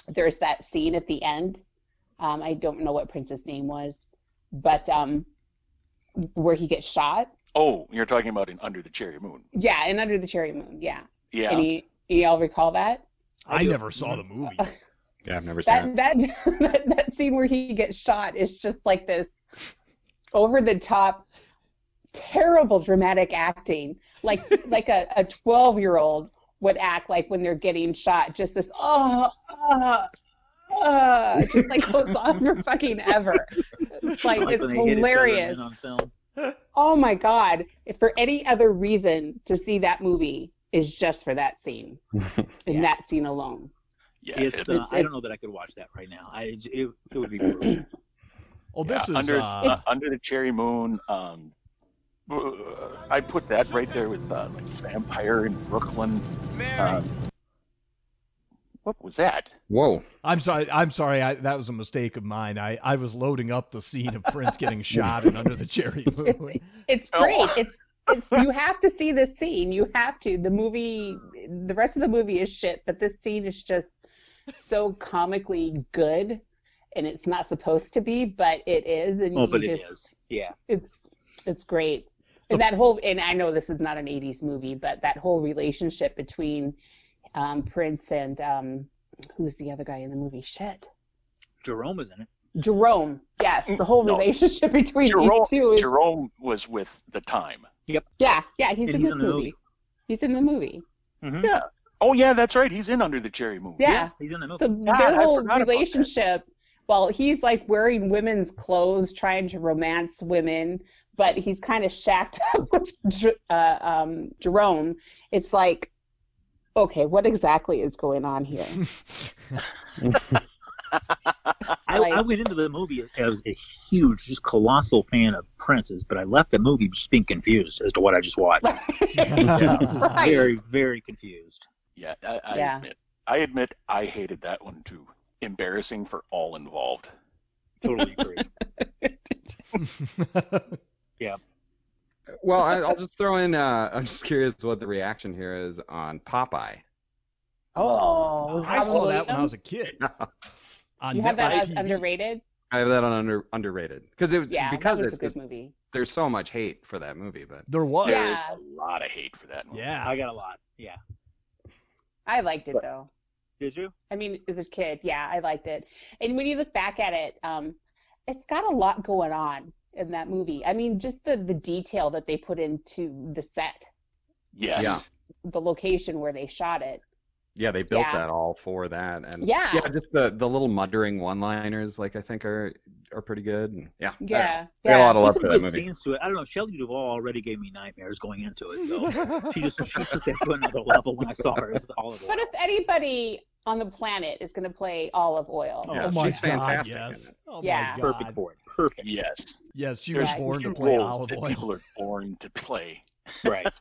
A: there's that scene at the end um i don't know what prince's name was but um where he gets shot
K: Oh, you're talking about in Under the Cherry Moon.
A: yeah and under the cherry moon yeah,
K: Yeah.
A: and he you all recall that
B: i never saw the movie
C: yeah, I've never seen
A: that,
C: it.
A: that that that scene where he gets shot is just like this over the top terrible dramatic acting like like a, a 12 year old would act like when they're getting shot just this oh, oh, oh it just like goes on for fucking ever it's like,
J: I
A: it's
J: when they hit each other and
A: hilarious
J: then on film.
A: oh my god if for any other reason to see that movie is just for that scene and that scene alone
K: yeah,
J: It's, uh,
A: It's-
J: I don't know that I could watch that right now. I it, it would be brutal.
B: oh
K: yeah,
B: this is
K: under
B: uh,
K: uh, under the cherry moon. Um, uh, I put that right there with uh, like Vampire in Brooklyn. Uh, what was that?
C: Whoa.
B: i'm sorry i'm sorry I, that was a mistake of mine i i was loading up the scene of prince getting shot and under the cherry moon
A: It's
K: Oh.
A: great. It's it's you have to see this scene. You have to. The movie the rest of the movie is shit, but this scene is just so comically good and it's not supposed to be, but it is and
J: Oh,
A: you
J: but it
A: just
J: is. Yeah.
A: it's it's great. And that whole and I know this is not an 80s movie, but that whole relationship between um, Prince and um, who's the other guy in the movie? Shit.
J: Jerome is in it.
A: Jerome. Yes, the whole
K: No.
A: relationship between
K: Jerome,
A: these two is
K: Jerome was with the time.
A: yeah, yeah, he's in
J: And he's
A: this
J: in the
A: movie.
J: movie.
A: He's in the movie.
J: Mhm.
K: Yeah. Oh yeah, that's right. He's in Under the Cherry Moon.
A: Yeah.
J: He's in the movie.
A: So
K: God,
A: their
K: I
A: whole
K: forgot about that.
A: relationship, well, he's like wearing women's clothes, trying to romance women, but he's kind of shacked up with Jer- uh, um, Jerome. It's like, okay, what exactly is going on here?
J: I, I went into the movie as a huge, just colossal fan of Prince's, but I left the movie just being confused as to what I just watched.
K: Right.
J: Very, very confused.
K: Yeah, I, I
J: Yeah.
K: admit, I admit, I hated that one too. Embarrassing for all involved.
J: Totally agree. yeah.
C: Well, I, I'll just throw in. Uh, I'm just curious what the reaction here is on Popeye.
B: Oh,
A: with
B: I saw
A: Robin
B: that when I was a
A: Williams?
B: kid.
A: You have that as underrated?
C: I have that on under underrated because it was
A: Yeah, that
C: because
A: was a
C: it's,
A: good
C: it's-
A: movie.
C: There's so much hate for that movie, but
B: there was
A: Yeah.
K: a lot of hate for that movie.
B: Yeah,
J: I got a lot. Yeah.
A: I liked it
J: But-
A: though.
J: Did you?
A: I mean, as a kid, yeah, I liked it. And when you look back at it, um, it's got a lot going on in that movie. I mean, just the the detail that they put into the set,
K: Yes.
C: Yeah.
A: the location where they shot it.
C: Yeah, they built
A: Yeah.
C: that all for that, and
A: Yeah.
C: just the, the little muttering one-liners, like I think are are pretty good. and- yeah, I don't know.
J: Yeah,
C: I got a lot of love
J: There's
C: for
J: some
C: that
J: good
C: movie.
J: scenes to it. I don't know. Shelley Duvall already gave me nightmares going into it, so
K: uh,
J: she just she took that to another level when I saw her. It was all of it.
A: But if anybody on the planet is going to play olive oil,
B: Oh my
C: she's
B: God,
C: fantastic
B: yes.
C: in it.
B: Oh
A: Yeah.
B: my God.
J: Perfect for it. Perfect.
K: Yes.
B: Yes, she
K: There's
B: was born to
K: two
B: play
K: roles
B: olive
K: that
B: oil.
K: People are born to play.
J: Right.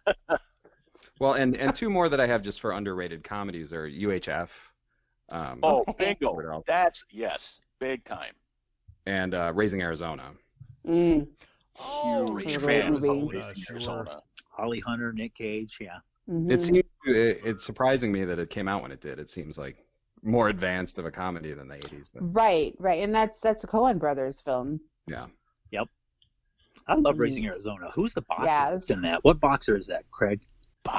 C: Well, and and two more that I have just for underrated comedies are UHF. Um,
K: Oh, bingo. That's yes, big time.
C: and uh, Raising Arizona.
A: Mm.
S: Oh,
K: Huge
J: Great
K: fan of
J: movie.
K: Raising
J: Sure.
K: Arizona.
J: Holly Hunter, Nick Cage, yeah.
A: Mm-hmm.
C: It seems it, it's surprising me that it came out when it did. It seems like more advanced of a comedy than the 80s,
A: Mm.
C: but
S: Right, right, and that's that's a Coen Brothers film.
C: yeah.
J: I love Raising Arizona. Who's the boxer
S: Mm-hmm. Yeah,
J: that's in that? What boxer is that, Craig?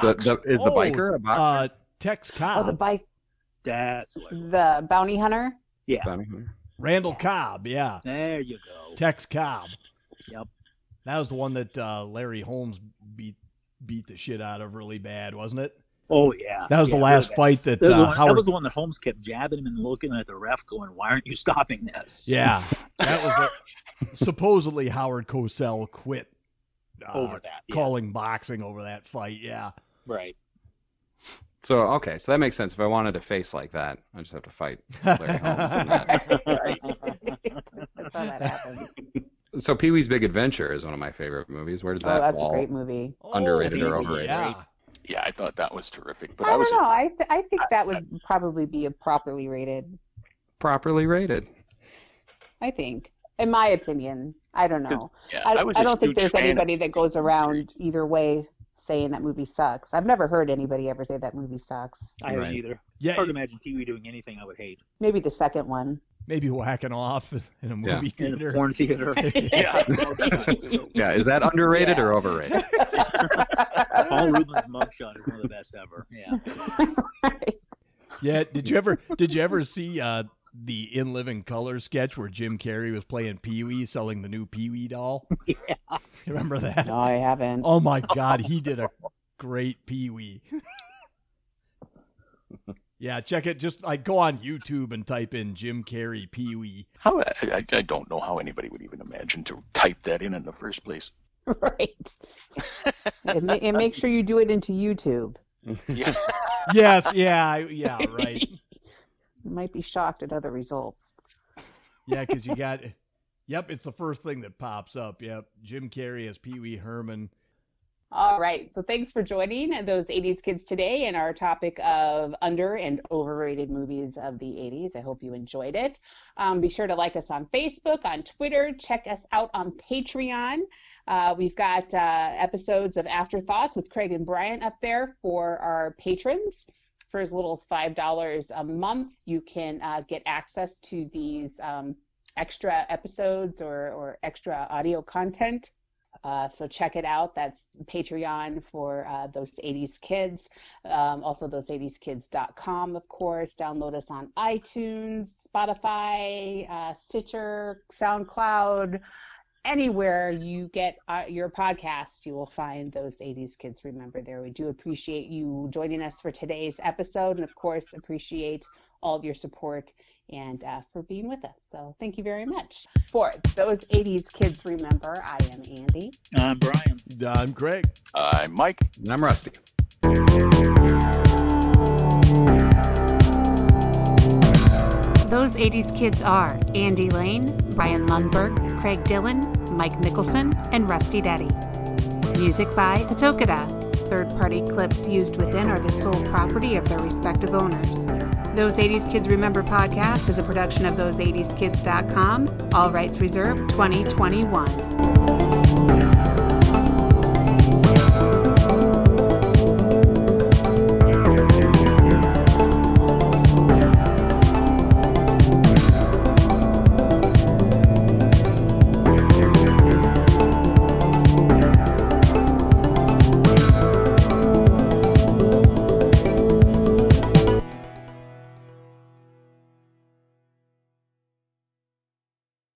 C: The, the, is the
B: Oh,
C: biker a boxer?
B: Uh, Tex Cobb.
J: Uh-huh.
S: Oh, the bike,
J: That's what.
S: the bounty hunter.
J: Yeah.
C: Bounty hunter?
B: Randall Cobb. Yeah,
J: There you go.
B: Tex Cobb.
J: Yep.
B: That was the one that uh, Larry Holmes beat beat the shit out of really bad, wasn't it?
J: Oh yeah.
B: That was
J: Yeah,
B: the last
J: really bad.
B: fight that
J: That was, the
B: uh,
J: one, that
B: Howard.
J: was the one that Holmes kept jabbing him and looking at the ref, going, "Why aren't you stopping this?"
B: Yeah, that was the, supposedly Howard Cosell quit uh,
J: Over that, yeah.
B: calling boxing over that fight. Yeah,
J: Right.
C: So okay, so that makes sense. If I wanted a face like that, I just have to fight Larry Holmes. in that.
S: That's how that happened.
C: So Pee Wee's Big Adventure is one of my favorite movies. Where does
S: oh,
C: that
S: that's
C: fall?
S: a great movie.
C: Underrated
J: Oh,
C: or overrated?
B: yeah.
K: Yeah, I thought that was terrific.
S: I
K: But I,
S: don't
K: was
S: know. I th- I think that would probably be a properly rated.
C: Properly rated.
S: I think, in my opinion, I don't know.
K: yeah,
S: I,
K: I was
S: I
K: a
S: don't think
K: huge
S: there's
K: fan of
S: anybody that goes around either way saying that movie sucks. I've never heard anybody ever say that movie sucks.
J: I haven't
C: Right.
J: either.
B: Yeah,
J: Hard
B: it-
J: to imagine Kiwi doing anything I would hate
S: Maybe the second one.
B: maybe whacking off in a
C: Yeah.
B: movie
J: in
B: theater.
J: a porn theater.
C: Yeah, is that underrated or overrated?
J: Paul Rubens' mugshot is one of the best ever. Yeah.
B: Yeah, did you ever did you ever see uh, the In Living Color sketch where Jim Carrey was playing Pee Wee, selling the new Pee Wee doll?
J: Yeah.
B: Remember that?
S: No, I haven't.
B: Oh my God, he did a great Pee Wee. yeah, check it. Just like go on YouTube and type in Jim Carrey Pee Wee.
K: How I, I- I don't know how anybody would even imagine to type that in in the first place.
S: right. and, ma- and make sure you do it into YouTube.
K: Yeah.
B: Yes, yeah, I- yeah, right.
S: You might be shocked at other results.
B: Yeah, because you got. Yep, it's the first thing that pops up. Yep, Jim Carrey as Pee Wee Herman.
A: All right. So thanks for joining those 80s kids today in our topic of under and overrated movies of the 80s. I hope you enjoyed it. Um, be sure to like us on Facebook, on Twitter. Check us out on Patreon. Uh, we've got uh, episodes of Afterthoughts with Craig and Brian up there for our patrons. For as little as $5 a month, you can uh, get access to these um, extra episodes or, or extra audio content. Uh, so check it out. That's Patreon for uh, those 80s kids. Um, also, those80skids.com, of course. Download us on iTunes, Spotify, uh, Stitcher, SoundCloud. Anywhere you get uh, your podcast, you will find those 80s kids. Remember there. We do appreciate you joining us for today's episode, and of course, appreciate all of your support and uh, for being with us. So thank you very much. For those 80s kids, remember, I am Andy.
J: I'm Brian.
B: I'm Craig.
K: I'm Uh, Mike.
C: And I'm Rusty.
A: Those 80s Kids are Andy Lane, Ryan Lundberg, Craig Dillon, Mike Nicholson, and Rusty Daddy. Music by Atokada. Third party clips used within are the sole property of their respective owners. Those 80s Kids Remember podcast is a production of those80skids.com. All rights reserved 2021.